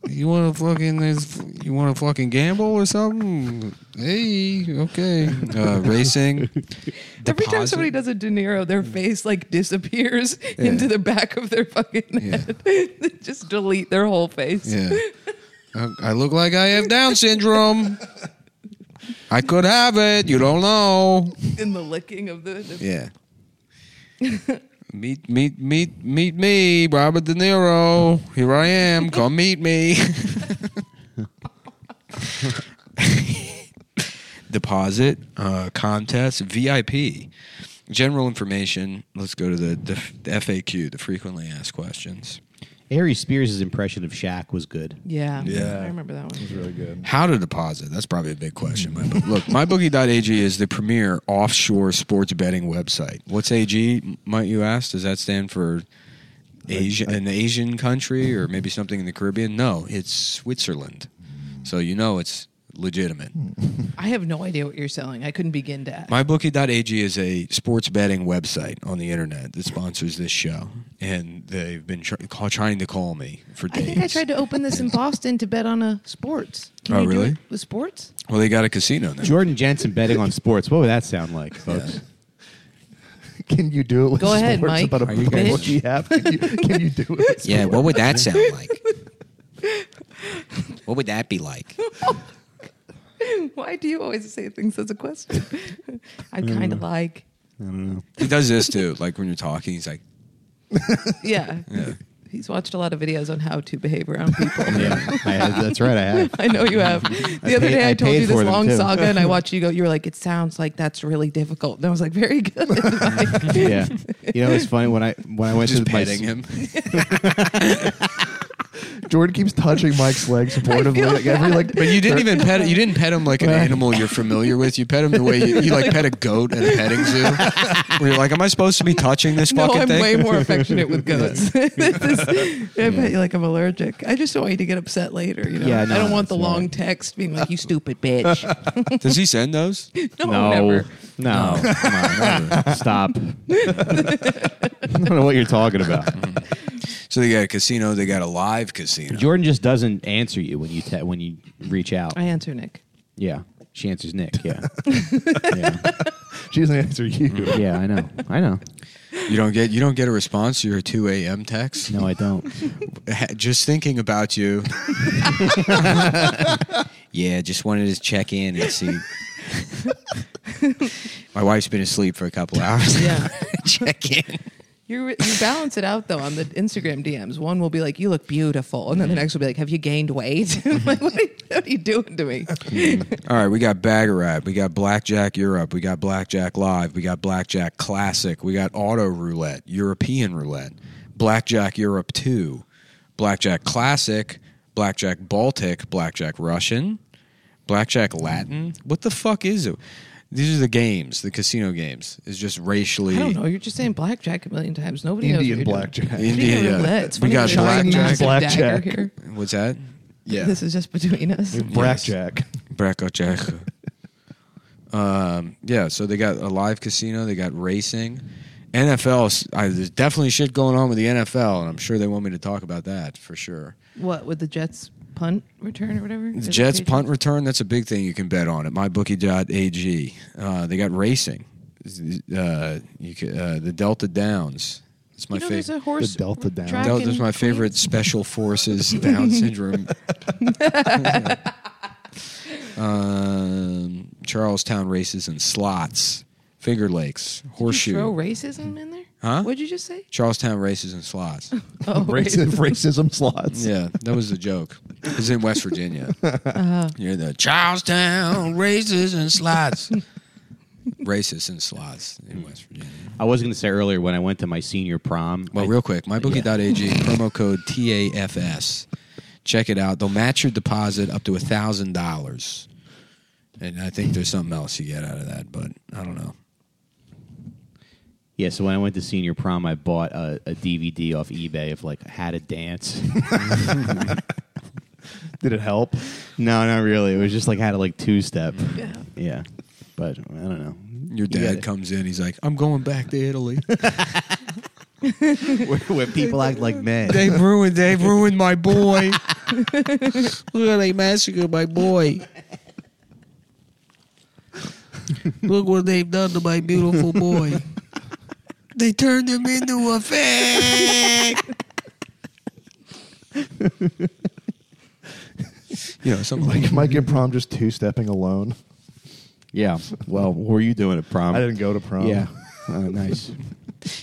S5: You want to fucking there's- you want to fucking gamble or something? Hey, okay.
S1: Uh, racing.
S2: Every time
S1: Deposit.
S2: somebody does a De Niro, their
S3: Mm.
S2: face like disappears into the back of their fucking head. They just delete their whole face.
S5: Yeah. I, I look like I have Down syndrome. I could have it. You don't know.
S2: In the licking of the, the
S5: Yeah. meet meet meet meet me, Robert De Niro. Here I am. Come meet me.
S1: deposit, uh, contest, VIP, general information. Let's go to the, the FAQ, the frequently asked questions.
S3: Ari Spears' impression of Shaq was good.
S2: yeah.
S1: Yeah.
S2: I remember that one.
S4: Really good.
S1: How to deposit? That's probably a big question. My book. Look, mybookie.ag is the premier offshore sports betting website. What's AG, might you ask? Does that stand for Asia, an Asian country or maybe something in the Caribbean? No, it's Switzerland. So you know it's legitimate.
S2: I have no idea what you're selling. I couldn't begin to. ask.
S1: MyBookie.ag is a sports betting website on the internet that sponsors this show, and they've been tr- call, trying to call me for
S2: I
S1: days.
S2: think I tried to open this in Boston to bet on a sports. Can
S1: Oh,
S2: you do
S1: really?
S2: it with sports?
S1: well, they got a casino now.
S3: Jordan Jensen betting on sports. What would that sound like, folks?
S4: Can you do it with
S2: Go ahead,
S4: sports
S2: Mike.
S4: about a
S2: Are you guys-
S4: bookie app? Can you, can you do it? with
S1: Yeah, what would that sound like? what would that be like?
S2: Why do you always say things as a question? I kind
S3: Mm.
S2: of like.
S1: He does this too. Like when you're talking, he's like,
S2: Yeah. He's watched a lot of videos on how to behave around people.
S3: yeah, I have- that's right. I have.
S2: I know you have. The
S3: I
S2: other
S3: paid-
S2: day I,
S3: I
S2: told
S3: paid
S2: you this
S3: for them,
S2: long
S3: too.
S2: saga and I watched you go, you were like, it sounds like that's really difficult. And I was like, very good. Like,
S3: Yeah, you know it's funny when I when I went
S1: just
S3: to my
S1: petting him.
S4: Jordan keeps touching Mike's leg supportively.
S2: feel
S4: Like every like,
S1: But you didn't even pet. You didn't pet him like an animal you're familiar with. You pet him the way you, you like pet a goat at a petting zoo. Where you're like, am I supposed to be touching this
S2: no,
S1: fucking
S2: I'm
S1: thing?
S2: way more affectionate with goats. This is- I bet you like I'm allergic. I just don't want you to get upset later. You know,
S3: Yeah,
S2: I
S3: no,
S2: don't want the
S3: that's all
S2: long
S3: right.
S2: text being like, you stupid bitch.
S1: Does he send those?
S2: No,
S3: No,
S2: never.
S3: no, come on, never. stop. I don't know what you're talking about.
S1: So they got a casino. They got a live casino.
S3: Jordan just doesn't answer you when you te- when you reach out.
S2: I answer Nick.
S3: Yeah, she answers Nick. Yeah, yeah.
S4: she doesn't answer
S1: Mm-hmm.
S4: you.
S3: yeah, I know, I know.
S1: You don't get you don't get a response to your 2 a.m. text.
S3: No, I don't.
S1: Just thinking about you. yeah, just wanted to check in and see. My wife's been asleep for a couple hours.
S2: Yeah.
S1: check in.
S2: You, you balance it out though on the Instagram DMs. One will be like, "You look beautiful," and then the next will be like, "Have you gained weight?" I'm like, what are, you, what are you doing to me?
S1: All right, we got Baggeratt, we got Blackjack Europe, we got Blackjack Live, we got Blackjack Classic, we got Auto Roulette, European Roulette, Blackjack Europe 2, Blackjack Classic, Blackjack Baltic, Blackjack Russian, Blackjack Latin. What the fuck is it? These are the games, the casino games. It's just racially
S2: I don't know. You're just saying blackjack a million times. Nobody
S4: Indian
S2: knows. what you're
S4: blackjack.
S2: doing.
S1: Indian, yeah.
S2: Indian roulette. It's
S1: We
S2: funny
S1: got
S2: there's a
S1: blackjack.
S2: massive
S4: Blackjack.
S2: dagger Here.
S1: What's that? Yeah.
S2: This is just between us.
S4: Blackjack.
S1: Blackjack. um, yeah, so they got a live casino, they got racing. NFL, I, there's definitely shit going on with the NFL, and I'm sure they want me to talk about that for sure.
S2: What with the Jets punt return or whatever?
S1: The Jets punt return, that's a big thing you can bet on at mybookie.ag. Uh, they got racing. Uh, you can, uh, the Delta Downs. It's my
S2: You know, there's a
S1: favorite.
S2: horse.
S4: The Delta down.
S2: track
S1: Del- that's
S2: in
S1: my favorite special forces Down syndrome. um, Charlestown races and slots, Finger Lakes,
S2: Queens. Did you Throw
S1: Horseshoe,
S2: racism in there?
S1: Huh?
S2: What'd you just say?
S1: Charlestown races and slots.
S2: Oh,
S4: Racism, racism slots.
S1: yeah, that was the joke. It's in West Virginia. You're the Charlestown races and slots. Races and slots in West Virginia.
S3: I was going to say earlier when I went to my senior prom.
S1: Well,
S3: I-
S1: real quick, mybookie.ag promo code TAFS. Check it out. They'll match your deposit up to a thousand dollars, and I think there's something else you get out of that, but I don't know.
S3: Yeah, so when I went to senior prom, I bought a, a DVD off eBay of like how to dance.
S4: Did it help?
S3: no, not really. It was just like how to like two step.
S2: Yeah.
S3: yeah, but I don't know.
S1: Your
S3: You got
S1: dad
S3: it.
S1: comes in, he's like, "I'm going back to Italy."
S3: where, where people act like men.
S1: They ruined. They ruined my boy. Look how they massacred my boy. Look what they've done to my beautiful boy. They turned him into a fag. you know, something like
S4: Mike, Mike and prom just two stepping alone.
S3: Yeah. Well, what were you doing at prom?
S4: I didn't go to prom.
S3: Yeah. Oh, nice.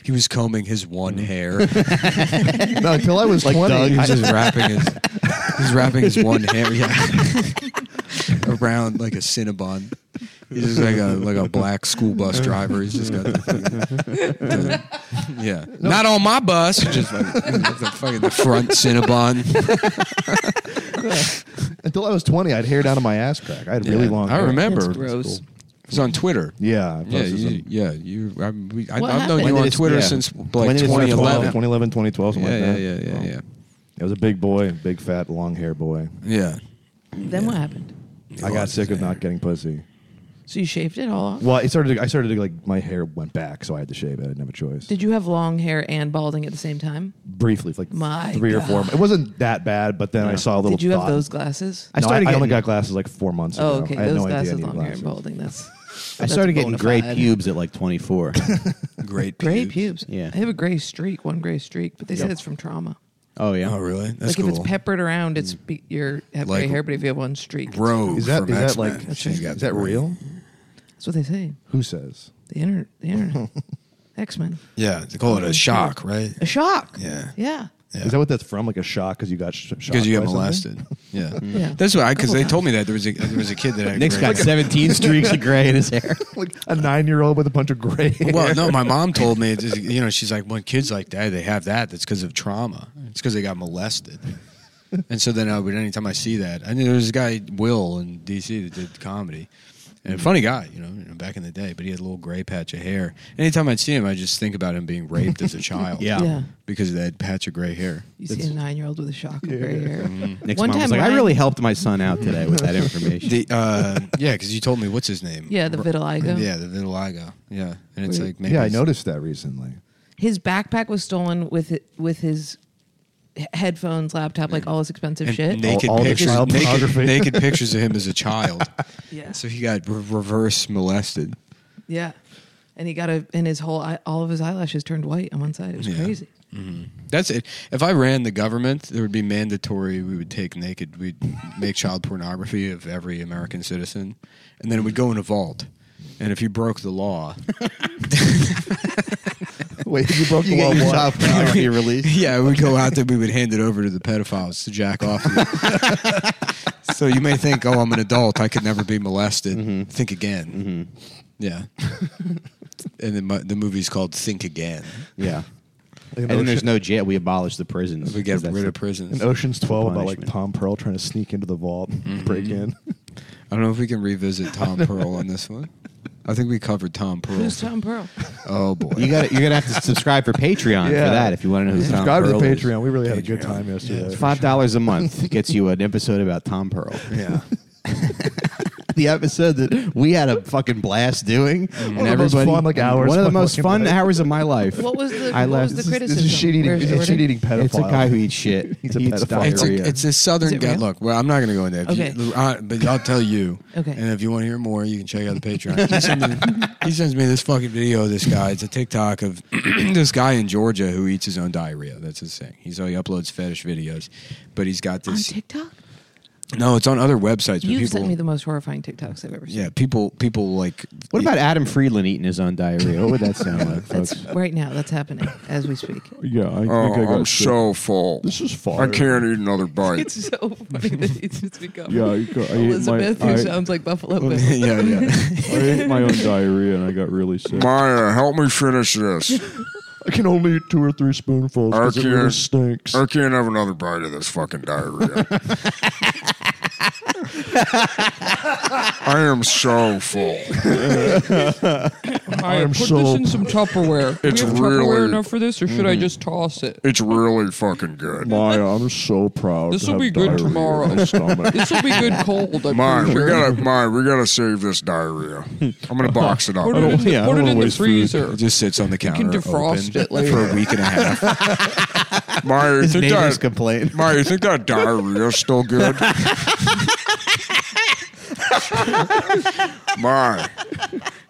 S1: he was combing his one hair.
S4: no, until I was
S3: Like
S4: twenty.
S3: Doug.
S4: I-
S1: Oh, He's just wrapping his he's wrapping his one hair yeah, around like a Cinnabon. He's just like a like a black school bus driver. He's just got the, thing. yeah. Not on my bus. Just like the fucking the front Cinnabon.
S4: until I was twenty, I had hair down to my ass crack. I had really
S1: Yeah,
S4: long.
S1: I
S4: hair.
S1: remember.
S2: That's gross.
S1: It was on Twitter.
S4: Yeah, I
S1: Yeah,
S4: posted
S1: you,
S4: some-
S1: yeah. You, I, we, I,
S2: What
S1: I've known
S2: happened?
S1: you
S3: When
S1: on
S3: did it-
S1: Twitter
S3: yeah.
S1: since
S3: When
S1: like
S3: did it start
S1: 2011.
S4: 2011, 2012, something
S1: Yeah,
S4: like
S1: yeah,
S4: that.
S1: yeah, yeah, yeah,
S4: It was a big boy, big fat long hair boy.
S1: yeah.
S2: Then what happened?
S4: I got sick of not getting pussy.
S2: So you shaved it all off?
S4: Well, it started. To, I started to like my hair went back, so I had to shave it. I didn't have a choice.
S2: Did you have long hair and balding at the same time?
S4: Briefly, for, like
S2: My
S4: three or four.
S2: God.
S4: It wasn't that bad, but then I saw a little.
S2: Did you have
S4: dot.
S2: those glasses?
S4: I
S3: No,
S4: started.
S3: I- I
S4: I,
S3: only
S4: only
S3: got
S4: got glasses like four months
S2: Oh,
S4: ago.
S2: okay.
S4: I had
S2: Those
S4: no
S2: glasses,
S4: idea.
S2: long hair and balding. That's.
S3: I started
S2: that's bona
S3: getting gray
S2: fide.
S3: pubes at like 24.
S1: Great.
S2: Gray
S1: pubes.
S2: pubes.
S3: Yeah.
S2: I have a gray streak, one gray streak, but they said it's from trauma.
S3: oh yeah.
S1: Oh, really? That's
S2: Like
S1: cool. Mm.
S2: if it's peppered around, it's be, you're have
S1: Like
S2: gray hair, but if you have one streak, it's-
S1: Rogue
S4: Is that
S1: from
S4: is that
S1: X-Men.
S4: like
S1: She's got
S4: is that
S1: the ring.
S4: real?
S2: that's what they say.
S4: Who says?
S2: The inner, the internet, X Men,
S1: Yeah, they call it a shock, right?
S2: a shock.
S1: Yeah.
S2: yeah,
S1: Yeah.
S4: Is that what that's from? Like a shock because you got sh- shot
S1: Because you
S4: by
S1: got
S4: something? Mm.
S1: molested. Yeah.
S2: Yeah.
S1: That's why, because
S2: Couple
S1: they
S2: times.
S1: told me that there was a there was a kid that I
S3: Nick's got 17 streaks of gray in his hair.
S4: Like a nine-year-old with a bunch of gray. Hair.
S1: Well, no, my mom told me, it's just, you know, she's like, when kids like that, they have that. That's because of trauma. It's because they got molested. And so then I would, anytime I see that, I knew there was a guy, Will, in D.C. that did comedy. And a funny guy, you know, you know, back in the day, but he had a little gray patch of hair. Anytime I'd see him, I just think about him being raped as a child.
S3: Yeah.
S2: Yeah.
S1: Because of that patch of gray hair.
S2: you see a nine year old with a shock of gray hair.
S3: Nick's Mm-hmm. mom was like,
S2: Ryan-
S3: I really helped my son out today with that information.
S1: The, uh, yeah, because you told me, what's his name?
S2: yeah, the vitiligo.
S1: Yeah, the vitiligo. Yeah, and it's like maybe
S4: yeah, I
S1: it's-
S4: noticed that recently.
S2: his backpack was stolen with it, with his he- headphones, laptop, like all his expensive
S1: and
S2: shit.
S1: naked
S4: All- all the
S1: pictures,
S4: child
S1: naked,
S4: pornography.
S1: naked pictures of him as a child.
S2: Yeah.
S1: So he got re- reverse molested.
S2: yeah, and he got a and his whole eye, all of his eyelashes turned white on one side. It was
S1: Yeah.
S2: crazy.
S1: That's it. If I ran the government, there would be mandatory. We would take naked. We'd make child pornography of every American citizen, and then it would go in a vault. And if you broke the law,
S4: Wait, you broke the law. what?
S3: pornography released.
S1: yeah, we would go out there. We would hand it over to the pedophiles to jack off. to. so you may think, oh, I'm an adult. I could never be molested. Think again. Yeah. and then my, the movie's called Think Again.
S3: Yeah.
S4: Like an
S3: And then there's
S4: Ocean-
S3: no jail. We abolished the prisons.
S1: We get
S3: because that's
S1: rid
S3: the-
S1: of prisons.
S4: an Ocean's Twelve about like
S3: Punishment.
S4: Tom Pearl trying to sneak into the vault,
S1: Mm-hmm.
S4: and break in.
S1: I don't know if we can revisit Tom Pearl on this one. I think we covered Tom Pearl.
S2: Who's Tom Pearl?
S1: Oh boy.
S3: You got. You're gonna have to subscribe for Patreon
S4: Yeah.
S3: for that if you want to know who Tom
S4: Subscribe to the
S3: Pearl is.
S4: Patreon. We really had a good time yesterday.
S3: It's Five dollars a month gets you an episode about Tom Pearl.
S1: yeah.
S3: the episode that we had a fucking blast doing.
S1: Mm-hmm.
S3: and
S4: One of the most
S3: everybody-
S4: fun, like, hours
S3: One of the
S4: of my
S3: most
S4: fucking
S3: fun
S4: life.
S3: hours of my life.
S2: What was the-
S3: I
S2: what
S3: left.
S2: was the
S3: This is-
S4: This is a
S2: Criticism.
S4: shit eating.
S2: Where's
S4: It's a
S2: Jordan?
S4: shit eating pedophile.
S3: It's a guy who eats shit.
S4: He's a
S3: He eats
S4: pedophile.
S1: It's a,
S3: diarrhea.
S1: it's a southern
S2: Is it
S1: guy.
S2: real?
S1: Look, well, I'm not going to go into that.
S2: Okay.
S1: You- uh, but I'll tell you.
S2: Okay.
S1: And if you want to hear more, you can check out the Patreon. He, sent me, he sends me this fucking video of this guy. It's a TikTok of this guy in Georgia who eats his own diarrhea. That's his thing. He's, he uploads fetish videos. But he's got
S2: on
S1: this.
S2: TikTok?
S1: no, it's on other websites. But
S2: You've
S1: people,
S2: sent me the most horrifying TikToks I've ever seen.
S1: Yeah, people, people like.
S3: what about Adam Friedland eating his own diarrhea? What would that sound like, folks?
S2: That's right now. That's happening as we speak.
S4: Yeah, I
S5: Oh, I'm so full.
S4: This is far.
S5: I can't eat another bite.
S2: It's so funny that it's just become
S7: Yeah, I got- I ate my-
S2: Elizabeth, who
S7: I-
S2: sounds like Buffalo Bill.
S1: yeah, yeah.
S7: I ate my own diarrhea and I got really sick.
S5: Maya, help me finish this.
S4: I can only eat two or three spoonfuls because it
S5: Arcane.
S4: really stinks.
S5: I can't have another bite of this fucking diarrhea. I am so full.
S2: I
S4: am
S2: put
S4: so-
S2: this in some Tupperware.
S5: It's
S2: Do we have Tupperware
S5: really-
S2: enough for this, or should I just toss it?
S5: It's really fucking good.
S7: Maya, I'm so proud.
S2: This will
S7: to have
S2: be good
S7: diarrhea in
S2: tomorrow.
S7: my stomach.
S2: This will be good cold. I'm
S5: Mine,
S2: pretty
S5: we
S2: sure.
S5: gotta, Mine, we gotta save this diarrhea. I'm gonna box it up.
S2: Put it in the,
S7: yeah, I
S2: put
S7: don't
S2: it in
S7: wanna
S2: the
S7: waste food.
S2: freezer.
S1: It just sits on the counter
S2: can defrost
S1: open
S2: it later.
S1: for a week and a half.
S5: Maya, you
S3: His
S5: think
S3: neighbors
S5: that,
S3: complain.
S5: Maya, you think that diarrhea's still good? Maya,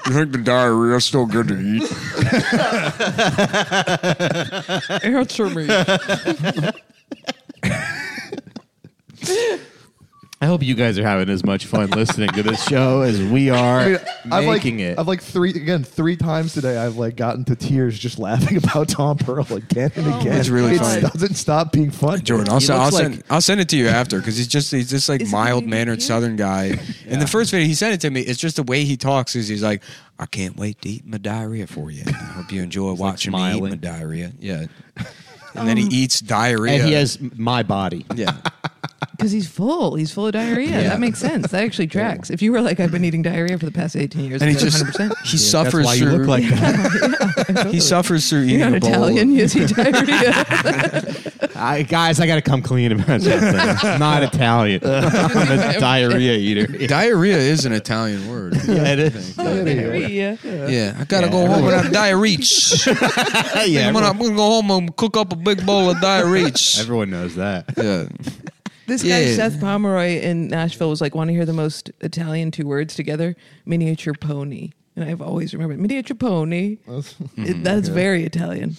S5: you think the diarrhea's still good to eat?
S2: Answer me.
S3: I hope you guys are having as much fun listening to this show as we are
S4: I mean, I've like,
S3: making it.
S4: I've like three again, three times today. I've like gotten to tears just laughing about Tom Pearl again and
S2: Oh,
S4: again.
S1: It's really
S4: it
S1: funny.
S4: doesn't stop being fun.
S1: Jordan, I'll,
S3: He
S1: se- I'll
S3: looks
S1: send
S3: like-
S1: I'll send it to you after because he's just he's just like
S2: Is he really
S1: mild mannered
S2: cute?
S1: Southern guy. In the first video he sent it to me, it's just the way he talks is he's like, I can't wait to eat my diarrhea for you. I hope you enjoy watching me eat my
S3: smiling. Um,
S1: diarrhea. Yeah, and then he eats diarrhea.
S3: and he has my body.
S1: yeah.
S2: Because he's full. He's full of diarrhea. That makes sense. That actually tracks. If you were like, I've been eating diarrhea for the past 18 years,
S1: And he
S2: it's
S1: just
S2: 100%.
S1: he suffers
S3: That's why
S1: through
S3: you look like that.
S1: he suffers through eating
S2: You're not
S1: a bowl.
S2: Italian. You see diarrhea.
S3: I, guys, I got to come clean about something. I'm not Italian. I'm a diarrhea eater. Yeah,
S1: Diarrhea is an Italian word.
S3: it is.
S2: diarrhea.
S1: Yeah, I gotta go home and have diarrhea.
S3: yeah,
S1: I'm, gonna, I'm
S3: everyone,
S1: gonna go home and cook up a big bowl of diarrhea.
S3: everyone knows that.
S1: Yeah.
S2: This guy,
S1: Yeah.
S2: Seth Pomeroy in Nashville, was like, want to hear the most Italian two words together? Miniature pony. And I've always remembered miniature pony. It- that's
S1: Mm-hmm.
S2: very Italian.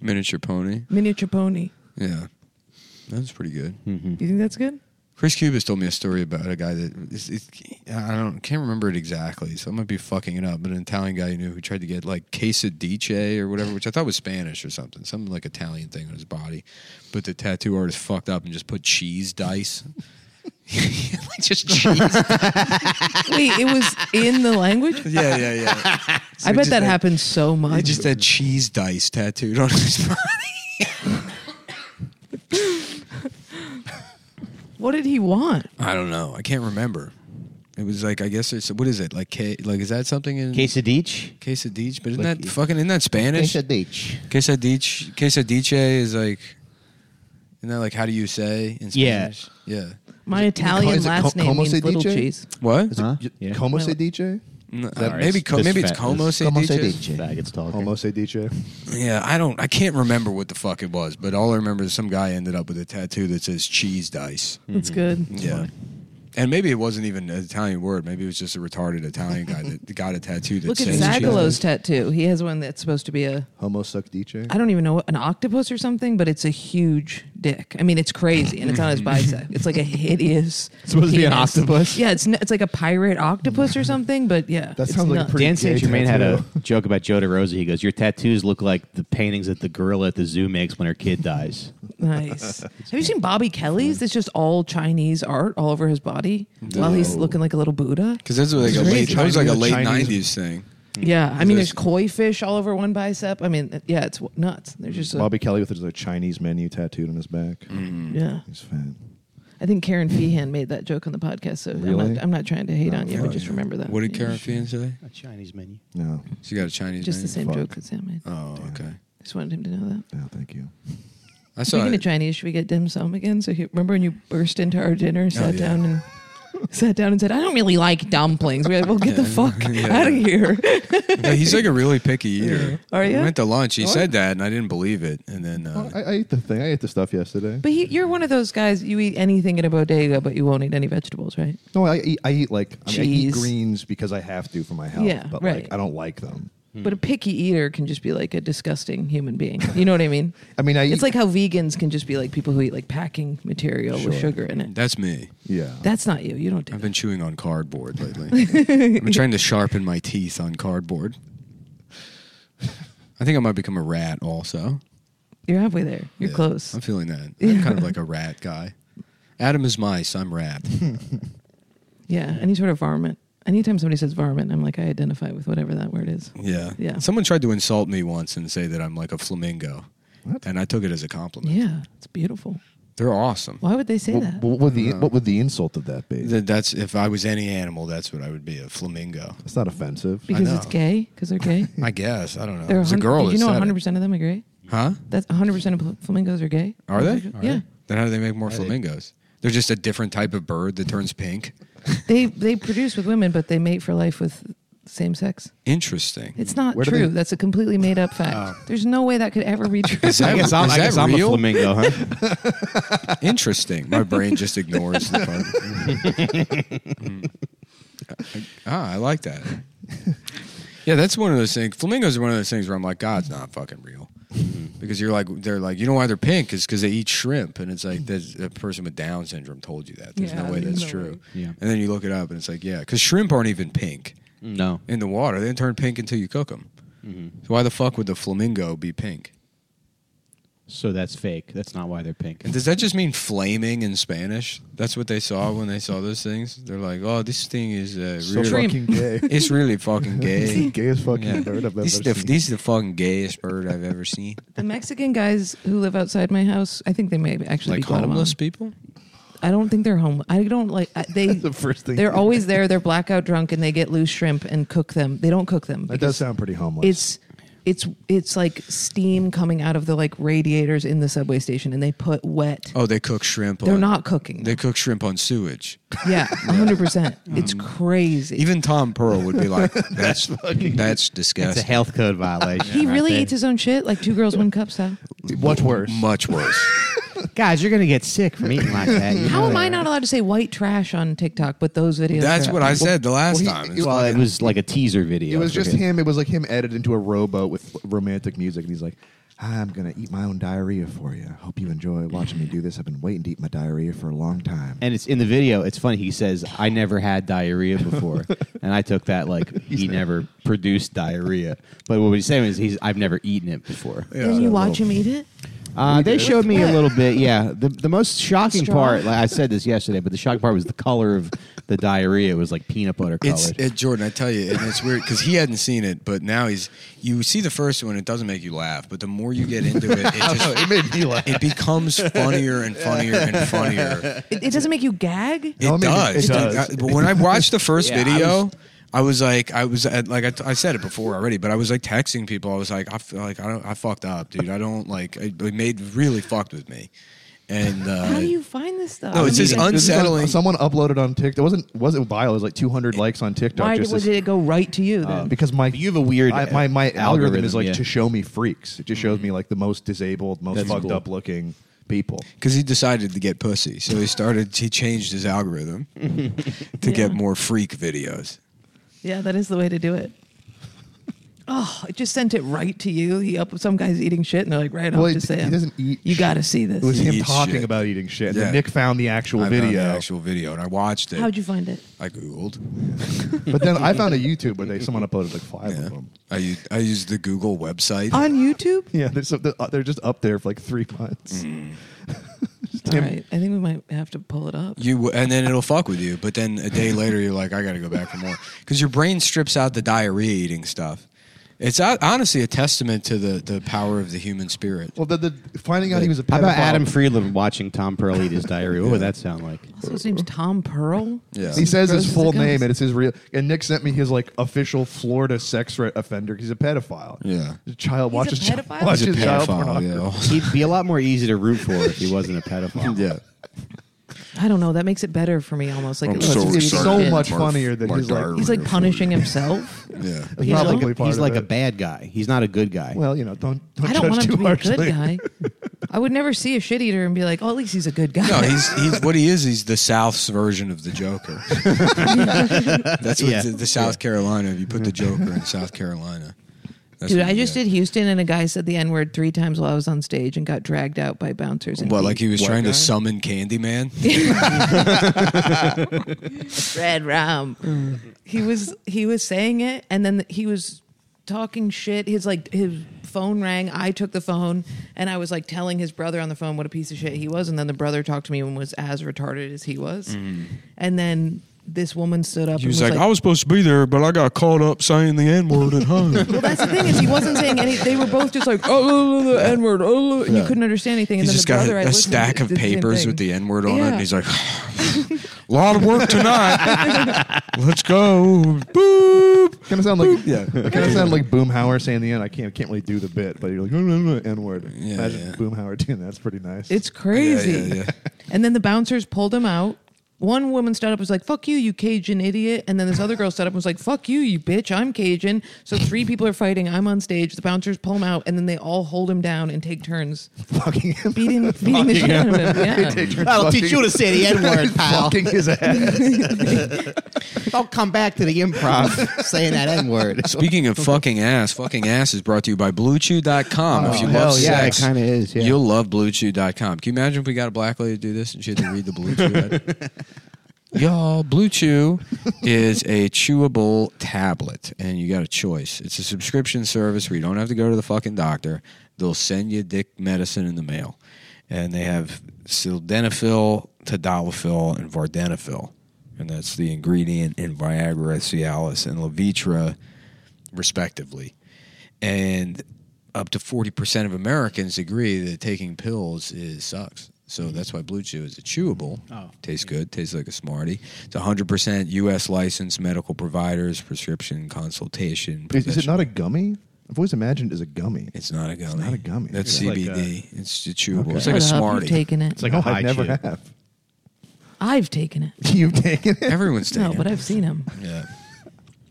S1: Miniature pony.
S2: Miniature pony.
S1: Yeah. That's pretty good.
S2: You think that's good?
S1: Chris Cubis told me a story about a guy that it's, it's, I don't can't remember it exactly, so I might be fucking it up. But an Italian guy he knew who tried to get like quesadiche or whatever, which I thought was Spanish or something, some like Italian thing on his body. But the tattoo artist fucked up and just put cheese dice. like just cheese.
S2: Wait, it was in the language?
S1: yeah, yeah, yeah.
S2: I bet
S1: just
S2: that
S1: like-
S2: happens so
S1: He
S2: much.
S1: just had cheese dice tattooed on his body.
S2: what did he want?
S1: I don't know. I can't remember. It was like I guess it's what is it like? K, like is that something in
S3: Quesadich?
S1: quesadich? But isn't that fucking isn't that Spanish?
S6: Quesadich.
S1: Quesadich, quesadiche is like, isn't that like how do you say in
S3: Yeah.
S1: Spanish? Yeah.
S2: My
S4: co-
S2: Italian
S4: is it
S2: last
S4: co-
S2: name
S4: como
S2: means
S4: se
S2: little
S4: dice?
S2: cheese.
S1: What?
S3: Huh?
S4: J-
S3: Yeah.
S4: Como
S2: Well-
S4: se dice?
S1: No,
S3: Sorry,
S1: maybe
S3: it's
S1: co-
S3: just
S1: maybe it's
S3: fat-
S1: como
S3: it's
S6: Como
S1: sediche?
S6: se dice?
S3: Faggots talking.
S4: Como se dice?
S1: Yeah, I don't. I can't remember what the fuck it was, but all I remember is some guy ended up with a tattoo that says cheese dice.
S2: That's good.
S1: Yeah. And maybe it wasn't even an Italian word. Maybe it was just a retarded Italian guy that got a tattoo that
S2: Look at
S1: says cheese.
S2: Zagalo's tattoo. He has one that's supposed to be a
S4: Homo suck dice?
S2: I don't even know what an octopus or something, but it's a huge dick. I mean, it's crazy, and it's on his bicep. It's like a hideous. It's
S3: supposed to be an octopus?
S2: Yeah, it's n- it's like a pirate octopus or something. But yeah,
S4: That
S2: it's
S4: sounds like a
S2: nuts.
S4: pretty-
S3: Dan St.
S4: Gay
S3: Germain had a
S4: tattoo.
S3: joke about Joe DeRosa. He goes, Your tattoos look like the paintings that the gorilla at the zoo makes when her kid dies.
S2: nice. Have you seen Bobby Kelly's? It's just all Chinese art all over his body while he's looking like a little Buddha.
S1: Because that's like a
S4: It's
S1: late, that was like a
S4: Chinese-
S1: late
S4: Chinese-
S1: '90s thing.
S2: Yeah, I mean,
S1: There's-
S2: there's koi fish all over one bicep. I mean, yeah, it's w- nuts. There's just a,
S4: Bobby Kelly with his like, Chinese menu tattooed on his back.
S2: yeah.
S4: He's fan.
S2: I think Karen Feehan made that joke on the podcast, so I'm,
S4: Really?
S2: not, I'm not trying to hate on you, but just remember that.
S1: What did
S2: Yeah.
S1: Karen Fian say?
S3: A Chinese menu.
S4: No,
S1: She got a Chinese.
S2: Just the
S1: name?
S2: same
S4: Fuck.
S2: joke that Sam made.
S1: Oh, okay.
S2: Just wanted him to know that.
S4: no, thank you.
S1: I saw.
S2: Speaking
S1: it.
S2: of Chinese, should we get dim sum again? So he, remember when you burst into our dinner, sat
S1: Oh, yeah.
S2: down and sat down and said, "I don't really like dumplings." We're like, "Well, get the fuck
S1: Yeah.
S2: out of here."
S1: Yeah, he's like a really picky eater.
S2: Are
S1: We
S2: ya?
S1: went to lunch.
S2: Oh,
S1: He said that, and I didn't believe it. And then, uh,
S4: I, I ate the thing. I ate the stuff yesterday.
S2: but he, you're one of those guys. You eat anything in a bodega, but you won't eat any vegetables, right?
S4: no, I eat. I eat like I, mean, I eat
S2: Cheese.
S4: greens because I have to for my health.
S2: Yeah,
S4: but
S2: right.
S4: like I don't like them.
S1: Hmm.
S2: But a picky eater can just be like a disgusting human being. You know what I mean?
S4: I mean, I
S2: it's
S4: eat-
S2: like how vegans can just be like people who eat like packing material with sugar in it.
S1: that's me.
S4: Yeah,
S2: That's not you. You don't do
S1: I've
S2: that.
S1: been chewing on cardboard lately. I've been trying to sharpen my teeth on cardboard. I think I might become a rat also.
S2: You're halfway there. You're
S1: Yeah,
S2: close.
S1: I'm feeling that. I'm kind of like a rat guy. Adam is mice. I'm rat.
S2: Yeah, any sort of varmint. Anytime somebody says varmint, I'm like, I identify with whatever that word is.
S1: Yeah.
S2: Yeah.
S1: Someone tried to insult me once and say that I'm like a flamingo. And I took it as a compliment.
S2: Yeah, it's beautiful.
S1: They're awesome.
S2: Why would they say
S4: What,
S2: that?
S4: what would the what would the insult of that be?
S1: Th- That's if I was any animal, that's what I would be a flamingo.
S4: It's not offensive.
S2: Because
S1: know.
S2: it's gay? Because they're gay?
S1: I guess I don't know.
S2: Hmm. They're
S1: It's a girl.
S2: You know,
S1: that said it.
S2: 100% of them are gay?
S1: Huh?
S2: That's 100% of pl- flamingos are gay?
S1: Are they?
S2: yeah.
S1: Then how do they make more flamingos? They're just a different type of bird that turns pink.
S2: They they produce with women, but they mate for life with same sex.
S1: Interesting.
S2: It's not
S4: Where do
S2: true.
S4: they-
S2: That's a completely made up fact.
S1: Oh.
S2: There's no way that could ever be true.
S1: Is that,
S3: I guess, I'm,
S1: is
S3: I
S1: that
S3: guess I'm a
S1: real?
S3: flamingo, huh?
S1: Interesting. My brain just ignores the part. Mm. ah, I like that. Yeah, that's one of those things. Flamingos are one of those things where I'm like, God's not fucking real. Because you're like, they're like, you know why they're pink? Is because they eat shrimp, and it's like there's a person with Down syndrome told you that. There's
S2: Yeah,
S1: no way
S2: there's
S1: that's
S2: no
S1: true.
S3: way. Yeah.
S1: And then you look it up, and it's like, yeah, because shrimp aren't even pink
S3: No.
S1: in the water. They turn pink until you cook them. So why the fuck would the flamingo be pink?
S3: So that's fake. That's not why they're pink.
S1: And does that just mean flaming in Spanish? That's what they saw when they saw those things. They're like, "Oh, this thing is uh,
S4: So
S1: really,
S4: fucking gay.
S1: it's really fucking gay."
S4: gay as fucking
S1: Yeah.
S4: bird I've ever
S1: This is the
S4: seen.
S1: this is the fucking gayest bird I've ever seen.
S2: the Mexican guys who live outside my house, I think they may actually
S1: like
S2: be Guatemalan.
S1: homeless people.
S2: I don't think they're homeless. I don't like I, they.
S4: the first thing
S2: They're
S4: you-
S2: always there. They're blackout drunk and they get loose shrimp and cook them. They don't cook them.
S4: That
S2: because
S4: does sound pretty homeless.
S2: It's it's it's like steam coming out of the like radiators in the subway station, and they put wet.
S1: Oh, they cook shrimp.
S2: They're
S1: on,
S2: not cooking.
S1: They cook shrimp on sewage.
S2: yeah, hundred percent. It's crazy.
S1: Mm. Even Tom Pearl would be like, "That's that's
S3: It's a
S1: disgusting."
S3: health code violation.
S2: he
S3: right
S2: really
S3: there.
S2: eats his own shit, like two girls, one cup style.
S4: much worse.
S1: Much worse.
S3: Guys, you're gonna get sick from eating like that. You
S2: How
S3: know
S2: am I
S3: that.
S2: not allowed to say white trash on TikTok? But those videos.
S1: that's
S2: are
S1: what
S2: up.
S1: I said the last
S4: well, he-
S1: time.
S4: he-
S1: It's
S3: Well, it was like a teaser video.
S4: It was just
S3: Okay.
S4: him. It was like him edited into a rowboat with romantic music, and he's like, "I'm gonna eat my own diarrhea for you. Hope you enjoy watching me do this. I've been waiting to eat my diarrhea for a long time."
S3: And it's in the video. It's funny. He says, "I never had diarrhea before," and I took that like he never produced diarrhea. But what he's saying is, he's I've never eaten it before.
S2: Then you watch him eat it.
S3: Uh, they showed me a little bit. Yeah, the the most shocking
S2: Straw?
S3: part. Like I said this yesterday, but the shocking part was the color of the diarrhea was like peanut butter
S1: It's
S3: colored.
S1: it, Jordan. I tell you, and it's weird because he hadn't seen it, but now he's. You see the first one, it doesn't make you laugh, but the more you get into it, it just it made me laugh. It becomes funnier and funnier and funnier.
S2: It, it doesn't make you gag.
S1: It,
S4: I mean,
S1: does.
S4: it does.
S1: I- but when I watched the first
S3: Yeah, I
S1: video. I
S3: was-
S1: was, like, I was at, like, I, t- I said it before already, but I was like texting people. I was like, I feel like I don't, I fucked up, dude. I don't like. It, it made really fucked with me, and uh,
S2: How do you find this stuff?
S1: no, it's just
S2: Amazing.
S4: This is on-
S1: unsettling.
S4: someone uploaded on TikTok. It wasn't wasn't viral. It was like 200 likes on TikTok.
S2: Why
S4: just Um,
S2: did,
S4: this-
S2: did it go right to Um, you? Then?
S4: because my
S3: You have a weird,
S4: I- my my
S3: uh,
S4: algorithm, is
S3: algorithm,
S4: like
S3: yeah.
S4: to show me freaks. It just shows me like the most disabled, most
S3: That's
S4: fucked
S3: cool.
S4: up looking people.
S1: because he decided to get pussy. So he started. he changed his algorithm to get more freak videos.
S2: Yeah, that is the way to do it. Oh, it just sent it right to you. He up some guy's eating shit, and they're like, "Right, I'll
S4: Well, it-
S2: just say
S4: he
S2: it.
S4: doesn't eat
S2: You
S4: shit.
S2: got to see
S4: It
S2: this.
S4: was
S1: He
S4: him
S1: eats
S4: talking
S1: shit.
S4: about eating shit. And
S1: Yeah.
S4: then Nick found the actual
S1: I found
S4: video.
S1: the actual video, and I watched it.
S2: How'd you find it?
S1: I googled.
S4: but then I found a YouTube where they someone uploaded like five
S1: Yeah.
S4: of them.
S1: I used, I used the Google website.
S2: On YouTube?
S4: Yeah, they're, so, they're, uh, they're just up there for like three months.
S2: All right, I think we might have to pull it up.
S1: you and then it'll fuck with you, but then a day later you're like, I got to go back for more because your brain strips out the diarrhea eating stuff. It's uh, honestly a testament to the, the power of the human spirit.
S4: Well, the, the finding out he was a pedophile.
S3: How about Adam Friedland watching Tom Pearl eat his diarrhea? What would that sound like?
S2: Also, his name's Tom Pearl.
S1: Yeah.
S4: He says
S2: Gross as
S4: his
S2: it
S4: full
S2: goes.
S4: name and it's his real. And Nick sent me his like official Florida sex re- offender. He's a pedophile.
S1: Yeah.
S4: His child
S2: He's a
S4: watches chi-
S2: pedophile?
S4: watches
S2: He's
S4: child
S1: Pedophile,
S4: pornography.
S1: yeah.
S3: He'd be a lot more easy to root for if he wasn't a pedophile.
S1: yeah.
S2: I don't know. That makes it better for me almost. Like
S5: I'm
S2: it's-
S5: so
S4: it's
S5: excited.
S4: so
S5: for
S4: much
S5: my-
S4: funnier than
S5: my
S4: he's like-
S5: diarrhea
S2: he's like
S5: for
S2: punishing
S5: you.
S2: himself.
S1: Yeah.
S4: He's
S2: You know?
S4: probably
S2: He's
S4: part
S3: He's
S4: of
S3: like
S4: it.
S3: a bad guy. He's not a good guy.
S4: Well, you know, don't don't
S2: I don't
S4: judge
S2: want him
S4: too
S2: to be a
S4: harshly.
S2: good guy. I would never see a shit eater and be like, "Oh, at least he's a good guy."
S1: No, he's he's what he is. He's the South's version of the Joker. That's what
S3: Yeah.
S1: the, the South Carolina. If you put the Joker in South Carolina, that's
S2: Dude,
S1: what
S2: I
S1: you
S2: just
S1: get.
S2: did Houston, and a guy said the N word three times while I was on stage and got dragged out by bouncers. And
S1: What, like he was trying
S4: guy?
S1: to summon Candyman?
S2: Red Rum. he was he was saying it, and then he was talking shit. His like his phone rang. I took the phone, and I was like telling his brother on the phone what a piece of shit he was. And then the brother talked to me and was as retarded as he was. And then this woman stood up
S5: He
S2: and
S5: was like, I was supposed to be there, but I got caught up saying the N word at home.
S2: well, that's the thing is he wasn't saying any. They were both just like, oh, the N word, oh, and you couldn't understand anything. And
S1: He's just
S2: then the
S1: got
S2: brother I
S1: a, a
S2: listened to
S1: stack
S2: did
S1: of
S2: the same
S1: papers
S2: thing.
S1: with the N word on it,
S2: Yeah.
S1: and he's like, "A lot of work tonight. Let's go." Boop.
S4: Kind of sound like yeah. Kind of sound like Boomhauer saying the end. I can't can't really do the bit, but you're like "Mm, N word.
S1: Yeah,
S4: Imagine
S1: yeah.
S4: Boomhauer doing that. That's pretty nice.
S2: It's crazy.
S1: Yeah, yeah, yeah.
S2: And then the bouncers pulled him out. One woman stood up and was like, fuck you, you Cajun idiot. And then this other girl stood up and was like, fuck you, you bitch, I'm Cajun. So three people are fighting. I'm on stage. The bouncers pull him out and then they all hold him down and take turns
S4: fucking him.
S2: beating, beating the shit out of him. Yeah.
S4: I'll teach you to
S3: say the N word,
S4: fucking his ass.
S3: Don't come back to the improv saying that N word.
S1: Speaking of fucking ass, fucking ass is brought to you by BlueChew.com. if you
S3: Oh, hell
S1: love
S3: yeah,
S1: sex,
S3: it kinda is, yeah.
S1: You'll love BlueChew.com. Can you imagine if we got a black lady to do this and she had to read the Blue Chew? ad? Y'all, Blue Chew is a chewable tablet, and you got a choice. It's a subscription service where you don't have to go to the fucking doctor. They'll send you dick medicine in the mail, and they have sildenafil, tadalafil, and vardenafil, and that's the ingredient in Viagra, Cialis, and Levitra respectively. And up to 40% of Americans agree that taking pills is sucks. So
S4: Mm-hmm.
S1: that's why Blue Chew is a chewable.
S4: Oh.
S1: tastes good, tastes like a Smartie. It's 100% U.S. licensed medical providers, prescription consultation.
S4: Is, is it
S1: professional-
S4: not a gummy? I've always imagined it as a gummy.
S1: It's not a gummy.
S4: not a gummy.
S1: That's
S4: It's like
S1: CBD. it's a chewable. It's like a
S2: Shut up,
S1: Smartie.
S2: you've taken it.
S8: It's like
S4: no,
S8: a
S4: I
S8: high
S4: never
S8: chew.
S4: have.
S2: I've taken it.
S4: You've taken it.
S1: Everyone's taking
S2: No, but
S1: it.
S2: I've seen him.
S1: yeah.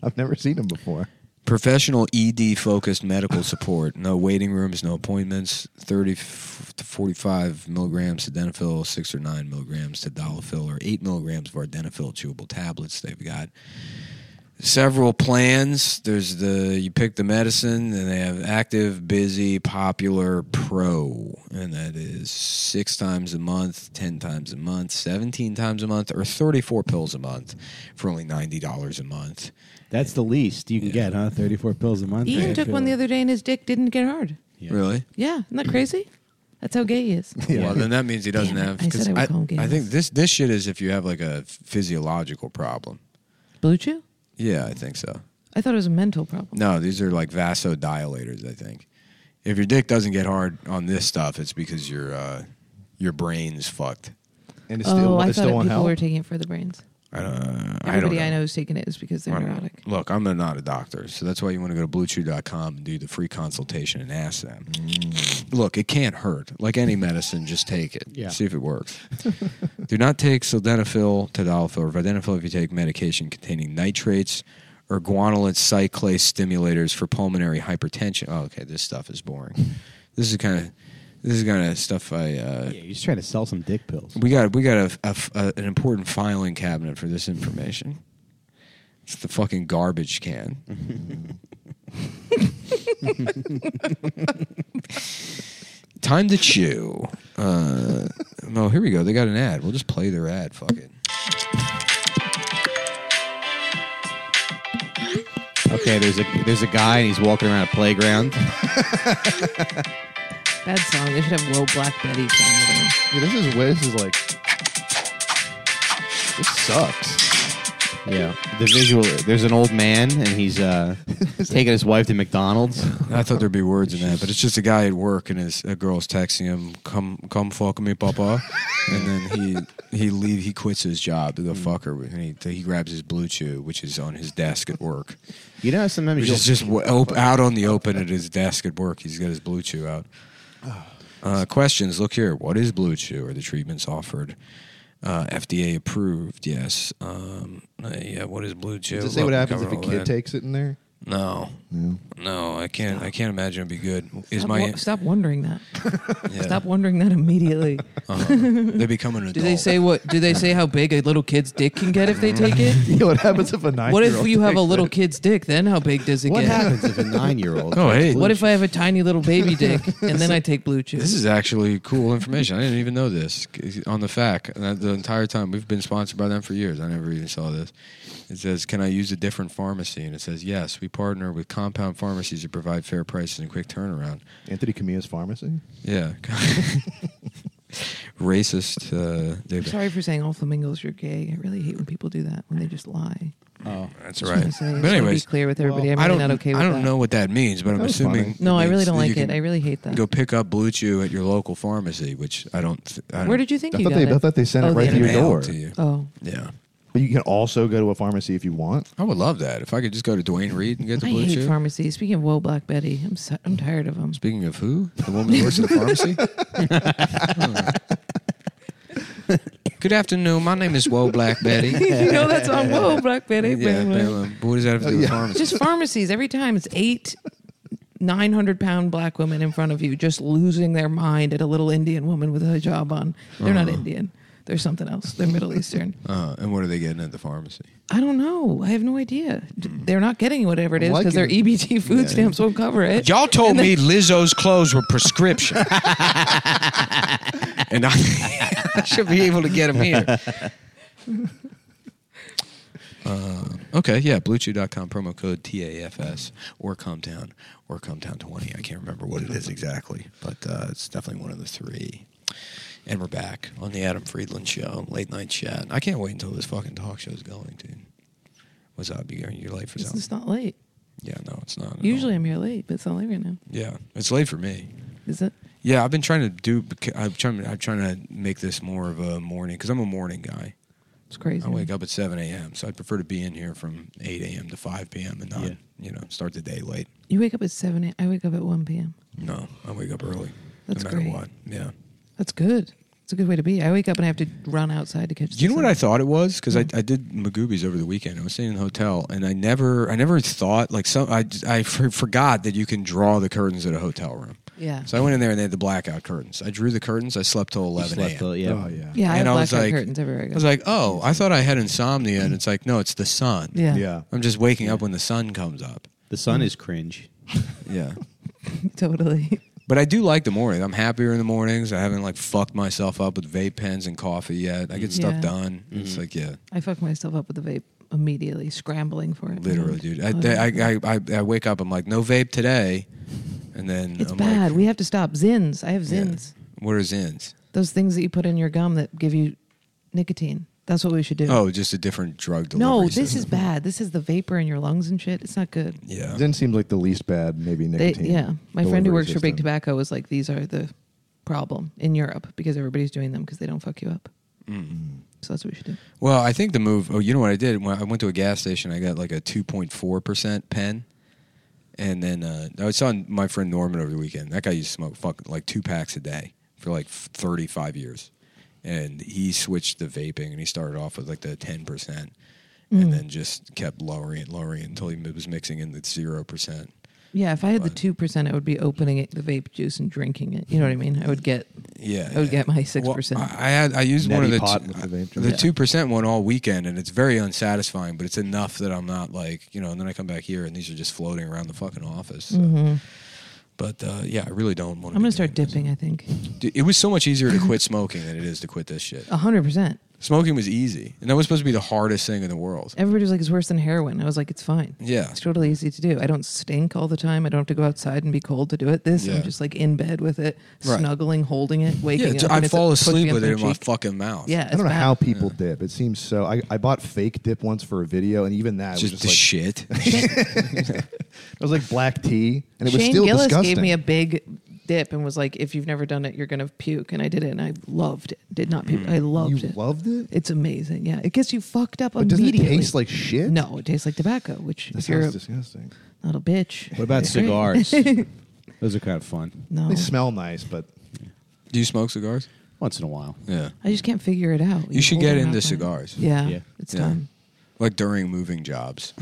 S4: I've never seen him before.
S1: professional ED focused medical support. No waiting rooms, no appointments. 30 f- to 45 milligrams sildenafil, 6 or 9 milligrams tadalafil, or 8 milligrams vardenafil chewable tablets. They've got several plans. There's the you pick the medicine, and they have active, busy, popular, pro, and that is six times a month, ten times a month, seventeen times a month, or thirty-four pills a month for only ninety dollars a month.
S8: That's the least you can get, huh? Thirty-four pills a month.
S2: Ian
S8: I
S2: took
S8: feel
S2: one the
S8: like.
S2: other day and his dick didn't get hard.
S1: Really?
S2: Yeah, isn't that crazy? That's how gay he is.
S1: Well, then that means he doesn't
S2: Damn
S1: have.
S2: it. I said
S1: 'cause
S2: I would
S1: I,
S2: call him gay.
S1: I think this this shit is if you have like a physiological problem.
S2: Blue Chew?
S1: Yeah, I think so.
S2: I thought it was a mental problem.
S1: No, these are like vasodilators. I think if your dick doesn't get hard on this stuff, it's because your uh, your brain's fucked.
S4: And it's
S2: Oh,
S4: still,
S2: I
S4: it's
S2: thought
S4: still
S2: people
S4: on help.
S2: were taking it for the brains.
S1: I don't. Uh, I don't
S2: Everybody
S1: know.
S2: I know. who's taking it is because they're
S1: I don't know.
S2: neurotic.
S1: Look, I'm not a doctor, so that's why you want to go to bluechew.com and do the free consultation and ask them. Look, it can't hurt. Like any medicine, just take it.
S8: Yeah.
S1: See if it works. do not take sildenafil, tadalafil, or vardenafil if you take medication containing nitrates or guanylate cyclase stimulators for pulmonary hypertension. Oh, okay, this stuff is boring. This is kind of this is kind of stuff I uh,
S8: Yeah, you're just trying to sell some dick pills.
S1: we got we got a, a f- a- an important filing cabinet for this information. It's the fucking garbage can. Time to chew. Uh, oh, here we go. They got an ad. We'll just play their ad. Fuck it.
S3: Okay, there's a there's a guy and he's walking around a playground.
S2: Bad song. They should have Low Black Betty playing it.
S4: Yeah, this is way- this is like this sucks.
S3: Yeah, the visual. There's an old man and he's uh, taking his wife to McDonald's.
S1: I thought there'd be words in that, but it's just a guy at work and his a girl's texting him, "Come, come, fuck me, papa," and then he he leave he quits his job to go fuck her, and he he grabs his blue chew, which is on his desk at work.
S3: You know, sometimes
S1: Which
S3: you'll-
S1: is just w- op- out on the open at his desk at work. He's got his Blue Chew out. Uh, questions. Look here. What is Blue Chew? Are the treatments offered? Uh, FDA approved. Yes. Um, uh, yeah. What is Blue Chew?
S4: Does it say
S1: Look,
S4: what
S1: we
S4: happens if
S1: covered
S4: a
S1: all
S4: kid
S1: that.
S4: takes it in there?
S1: No. No. I can't. I can't imagine it'd be good. Is
S2: Stop,
S1: my
S2: wo- stop wondering that.
S1: yeah.
S2: Stop wondering that immediately.
S1: Uh-huh. They become an adult.
S2: Do they say what? Do they say how big a little kid's dick can get if they take it?
S4: Yeah, what happens if a nine?
S2: What if you have a little kid's dick? Then how big does it
S3: what
S2: get?
S3: happens if a nine year old?
S1: Oh, hey.
S2: What if I have a tiny little baby dick and then I take blue chew?
S1: This is actually cool information. I didn't even know this. On the fact, and the entire time we've been sponsored by them for years. I never even saw this. It says, "Can I use a different pharmacy?" And it says, "Yes, we partner with compound pharmacies to provide fair prices and quick turnaround."
S4: Anthony Camilla's pharmacy?
S1: Yeah. racist. Uh, David.
S2: Sorry for saying all flamingos are gay. I really hate when people do that when they just lie.
S1: That's
S2: Just
S1: right.
S2: wanna say- just
S1: But
S2: wanna
S1: anyways,
S2: be clear with everybody. I'm
S1: I
S2: really
S1: don't.
S2: not okay with
S1: I don't
S2: that.
S1: know what that means, but I'm
S4: was
S1: assuming.
S4: funny.
S2: No, I
S1: it
S2: really
S1: means
S2: don't
S1: that you
S2: like it.
S1: can
S2: I really hate that.
S1: Go pick up Blue Chew at your local pharmacy, which I don't. Th- I don't
S2: Where did you think
S4: I
S2: you
S4: thought
S2: got
S4: they-
S2: it?
S4: I thought they sent it
S2: the
S4: right to your
S2: internet.
S1: mail
S4: door.
S1: to you?
S2: Oh,
S1: Yeah,
S4: But you can also go to a pharmacy if you want.
S1: I would love that if I could just go to Dwayne Reed and get the
S2: I
S1: Blue
S2: hate
S1: Chew.
S2: pharmacy. Speaking of whoa, Black Betty, I'm so, I'm tired of them.
S1: Speaking of who, the woman who works at the pharmacy. Hmm. Good afternoon. My name is Woe Black Betty.
S2: you know that's on whoa, Black Betty.
S1: yeah,
S2: Bam, bam.
S1: but what does that have to do with pharmacy?
S2: Just pharmacies. Every time it's eight. 900 pound black women in front of you just losing their mind at a little Indian woman with a hijab on. They're not
S1: Uh-huh.
S2: Indian. They're something else. They're Middle Eastern.
S1: Uh, and what are they getting at the pharmacy?
S2: I don't know. I have no idea. D- They're not getting whatever it is because
S4: liking
S2: their EBT food stamps won't cover it.
S1: Y'all told me Lizzo's clothes were prescription. and I, I should be able to get them here. Uh, okay, yeah, bluechew.com promo code TAFS or come down or come down 20. I can't remember what it is exactly, but uh, it's definitely one of the three. And we're back on the Adam Friedland show, late night chat. I can't wait until this fucking talk show is going, dude. What's up? You're you're late for
S2: It's
S1: something?
S2: just not late.
S1: Yeah, no, it's not. at all.
S2: Usually I'm here late, but it's not late right now.
S1: Yeah, it's late for me.
S2: Is it?
S1: Yeah, I've been trying to do. I'm trying. I'm trying to make this more of a morning because I'm a morning guy.
S2: It's crazy.
S1: I wake up at 7 a.m., so I prefer to be in here from 8 a.m. to 5 p.m. and not, you know, start the day late.
S2: You wake up at 7 a.m. I wake up at 1 p.m.
S1: No, I wake up early,
S2: That's
S1: no matter
S2: great.
S1: what. Yeah.
S2: That's good. It's a good way to be. I wake up and I have to run outside to catch the
S1: You know what
S2: sun.
S1: I thought it was because
S2: Mm-hmm.
S1: I, I did Magoobies over the weekend. I was staying in the hotel, and I never I never thought like some I just- I for- forgot that you can draw the curtains at a hotel room.
S2: Yeah.
S1: So I went in there and they had the blackout curtains. I drew the curtains. I slept till 11
S3: Slept
S1: a.m.
S3: till- yeah.
S4: Oh yeah.
S2: Yeah, I have
S1: and I was
S2: blackout
S1: like-
S2: curtains everywhere I go.
S1: I was like, oh, I thought I had insomnia, and it's like, no, it's the sun.
S2: yeah.
S4: Yeah.
S1: I'm just waking up when the sun comes up.
S3: The sun is cringe.
S1: Yeah.
S2: totally.
S1: But I do like the morning. I'm happier in the mornings. I haven't like fucked myself up with vape pens and coffee yet. I get stuff
S2: Yeah.
S1: done. It's
S4: Mm-hmm.
S1: like, yeah,
S2: I fuck myself up with the vape immediately, scrambling for it.
S1: literally, dude. I,
S2: Oh,
S1: I, I, I, I wake up. I'm like, no vape today. And then
S2: it's
S1: I'm
S2: bad.
S1: like,
S2: we have to stop. Zins. I have
S1: yeah.
S2: Zins.
S1: What are Zins?
S2: Those things that you put in your gum that give you nicotine. That's what we should do.
S1: Oh, just a different drug delivery.
S2: no, this
S1: system.
S2: is bad. This is the vapor in your lungs and shit. It's not good.
S1: Yeah.
S4: Zen seems like the least bad, maybe
S2: They,
S4: nicotine.
S2: yeah, my friend who
S4: delivery
S2: works for Big
S4: system.
S2: Tobacco was like, "These are the problem in Europe because everybody's doing them because they don't fuck you up."
S1: Mm.
S2: So that's what we should do.
S1: Well, I think the move. Oh, you know what I did? When I went to a gas station, I got like a two point four percent pen, and then uh, I saw my friend Norman over the weekend. That guy used to smoke fuck like two packs a day for like thirty five years, and he switched to vaping and he started off with like the ten percent, and then just kept lowering it, lowering it until he was mixing in the zero percent.
S2: Yeah, if I had the
S1: But-
S2: two percent, I would be opening it, the vape juice and drinking it. You know what I mean? I would get.
S1: Yeah,
S2: I would
S1: yeah.
S2: get my
S1: Well,
S2: six percent.
S1: I I had I used one of
S4: Neti
S1: the
S4: pot
S1: two-
S4: with the vape joint.
S1: the
S4: Yeah.
S1: two percent one all weekend, and it's very unsatisfying. But it's enough that I'm not like you know. And then I come back here, and these are just floating around the fucking office. so. But uh, yeah, I really don't want.
S2: Mm-hmm. I'm gonna start dipping. I think
S1: It was so much easier to quit smoking than it is to quit this shit.
S2: hundred percent.
S1: Smoking was easy, and that was supposed to be the hardest thing in the world.
S2: Everybody was like, "It's worse than heroin." I was like, "It's fine.
S1: Yeah.
S2: it's totally easy to do. I don't stink all the time. I don't have to go outside and be cold to do it. This,
S1: Yeah.
S2: I'm just like in bed with it,
S1: Right.
S2: snuggling, holding it, waking
S1: yeah,
S2: up. and
S1: I'd
S2: it's, like,
S1: fall
S2: pushed
S1: asleep
S2: against
S1: with it in my
S2: cheek.
S1: fucking mouth.
S2: Yeah,
S4: I don't know
S2: it's bad.
S4: how people dip. It seems so. I, I bought fake dip once for a video, and even that
S1: It's
S4: was
S1: just
S4: just
S1: the
S4: like
S1: shit.
S4: it was like black tea, and it was
S2: Shane
S4: still
S2: Gillis
S4: disgusting.
S2: gave me a big dip and was like, "If you've never done it, you're gonna puke." And I did it, and I loved it. Did not puke. I loved
S4: Mm. you
S2: it.
S4: loved it,
S2: it's amazing. Yeah, it gets you fucked up
S4: but doesn't it
S2: immediately.
S4: taste like shit?
S2: No, it tastes like tobacco, which
S4: that
S2: if you're
S4: sounds
S2: a,
S4: disgusting.
S2: not a bitch.
S8: What about
S2: it's great.
S8: cigars? Those are kind of fun.
S2: No,
S4: They smell nice, but
S1: Do you smoke cigars?
S8: Once in a while.
S1: Yeah,
S2: I just can't figure it out.
S1: you, should get into
S2: cigars.
S1: cigars.
S2: Yeah,
S8: Yeah.
S2: it's
S1: Yeah.
S2: time.
S1: like during moving jobs,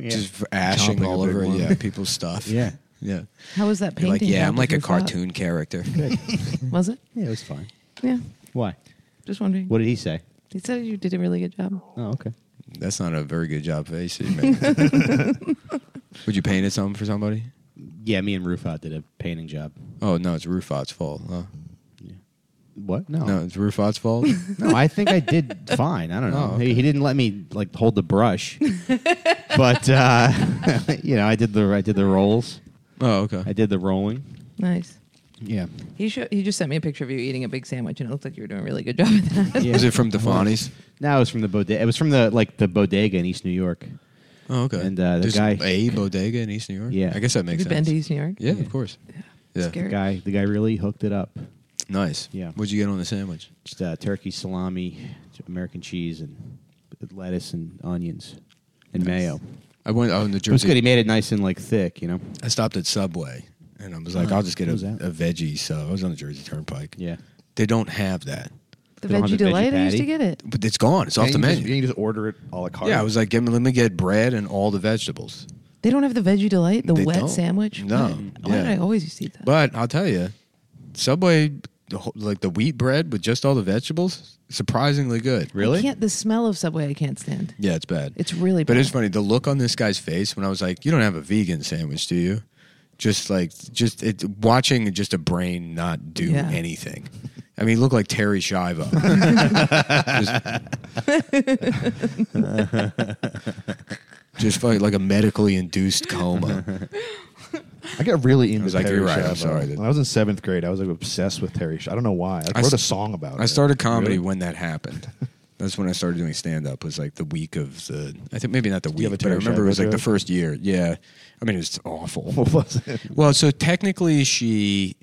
S1: just ashing
S4: Chomping
S1: all
S4: a big
S1: over
S4: one.
S1: yeah people's stuff.
S8: Yeah.
S1: yeah.
S2: How was that
S1: You're
S2: painting?
S1: like, yeah,
S2: job
S1: I'm
S2: that
S1: like
S2: you
S1: a
S2: thought?
S1: cartoon character.
S2: Was it?
S8: Yeah, it was fine.
S2: Yeah,
S8: Why?
S2: just wondering.
S8: What did he say?
S2: He said you did a really good job.
S8: Oh, okay.
S1: That's not a very good job face that you made. Would you paint it something for somebody?
S8: Yeah, me and Rufat did a painting job.
S1: Oh no, it's Rufat's fault. Huh?
S8: What?
S1: No, it's Rufat's fault.
S8: No, I think I did fine. I don't know.
S1: Oh, okay.
S8: he, he didn't let me like hold the brush, but uh, you know, I did the I did the rolls.
S1: oh okay.
S8: I did the rolling.
S2: Nice.
S3: Yeah.
S2: He sho- he just sent me a picture of you eating a big sandwich, and it looked like you were doing a really good job at that.
S3: Yeah.
S1: Was it from Defani's?
S3: No, it was from the bodega. It was from the like the bodega in East New York.
S1: Oh, okay.
S3: And, uh, the
S1: There's
S3: guy-
S1: a bodega in East New York.
S3: Yeah.
S1: I guess that
S2: Have
S1: makes
S2: you been
S1: sense.
S2: to East New York?
S1: yeah, of course. Yeah,
S2: Scary.
S3: Guy, the guy really hooked it up.
S1: nice.
S3: Yeah.
S1: what'd you get on the sandwich?
S3: Just uh, turkey salami, American cheese, and lettuce and onions and mayo.
S1: I went on the
S3: It was
S1: Jersey.
S3: good. He made it nice and like thick, you know.
S1: I stopped at Subway, and I was like,
S3: Oh,
S1: I'll just get a,
S3: what was that?
S1: a veggie sub. I was on the Jersey Turnpike.
S3: Yeah.
S1: They don't have that,
S2: The
S3: They don't
S2: veggie
S3: have the veggie
S2: delight. I used to
S3: patty?
S2: get it.
S1: but it's gone. It's off the
S4: you Just,
S1: menu.
S4: you can just order it a la carte.
S1: Yeah, I was like, give me, let me get bread and all the vegetables.
S2: They don't have the veggie delight, the
S1: They
S2: wet
S1: don't.
S2: sandwich.
S1: No.
S2: Why, why
S1: Yeah.
S2: did I always used to eat that?
S1: But I'll tell you, Subway, the whole- like the wheat bread with just all the vegetables, surprisingly good.
S2: I can't, the smell of Subway, I can't stand.
S1: Yeah, it's bad.
S2: It's really
S1: But
S2: bad.
S1: it's funny the look on this guy's face when I was like, "You don't have a vegan sandwich, do you?" Just like just it, watching just a brain not do
S2: Yeah.
S1: anything. I mean, look like Terry Shiva. just, just fucking like a medically induced coma.
S4: I got really into
S1: was like,
S4: Terry
S1: "You're right, I'm
S4: Schiavo."
S1: sorry that-
S4: When I was in seventh grade, I was like obsessed with Terry. Schiavo. I don't know why. I,
S1: I
S4: wrote a
S1: s-
S4: song about it.
S1: I started comedy
S4: Really?
S1: when that happened. That's when I started doing stand up. Was like the week of the. I think maybe not the
S4: you
S1: week,
S4: have a
S1: but I
S4: Terry
S1: remember it was
S4: Schiavo
S1: like the
S4: joke?
S1: first year. Yeah, I mean it was awful.
S4: What was it?
S1: Well, so technically, she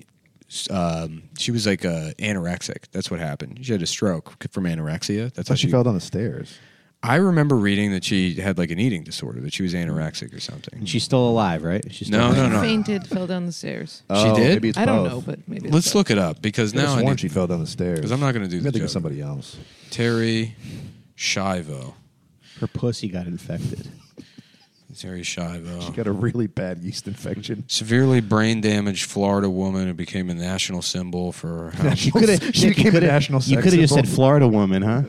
S1: um, she was like uh, anorexic. That's what happened. She had a stroke from anorexia. That's
S4: So
S1: how
S4: she
S1: she.
S4: fell down the stairs.
S1: I remember reading that she had like an eating disorder, that she was anorexic or
S4: Mm-hmm.
S1: something.
S3: And she's still alive, right? She's still
S1: No, no,
S3: alive.
S1: no.
S2: Fainted, fell down the stairs.
S1: Oh, did? maybe
S2: I don't know, but maybe. it's
S1: Let's
S2: both.
S1: look it up because
S4: No,
S1: now
S4: I
S1: I
S4: sworn
S1: need
S4: she fell down the stairs.
S1: 'Cause I'm not gonna do
S4: I'm
S1: the
S4: think
S1: joke.
S4: of somebody else.
S1: Terry Shivo.
S3: Her pussy got infected.
S1: Terry Shivo.
S4: She got a really bad yeast infection.
S1: Severely brain damaged Florida woman who became a national symbol for how
S4: She coulda- she
S3: Nick, you
S4: became a
S3: coulda-
S4: national
S3: You
S4: sex
S3: could have just
S4: symbol.
S3: said Florida woman, huh?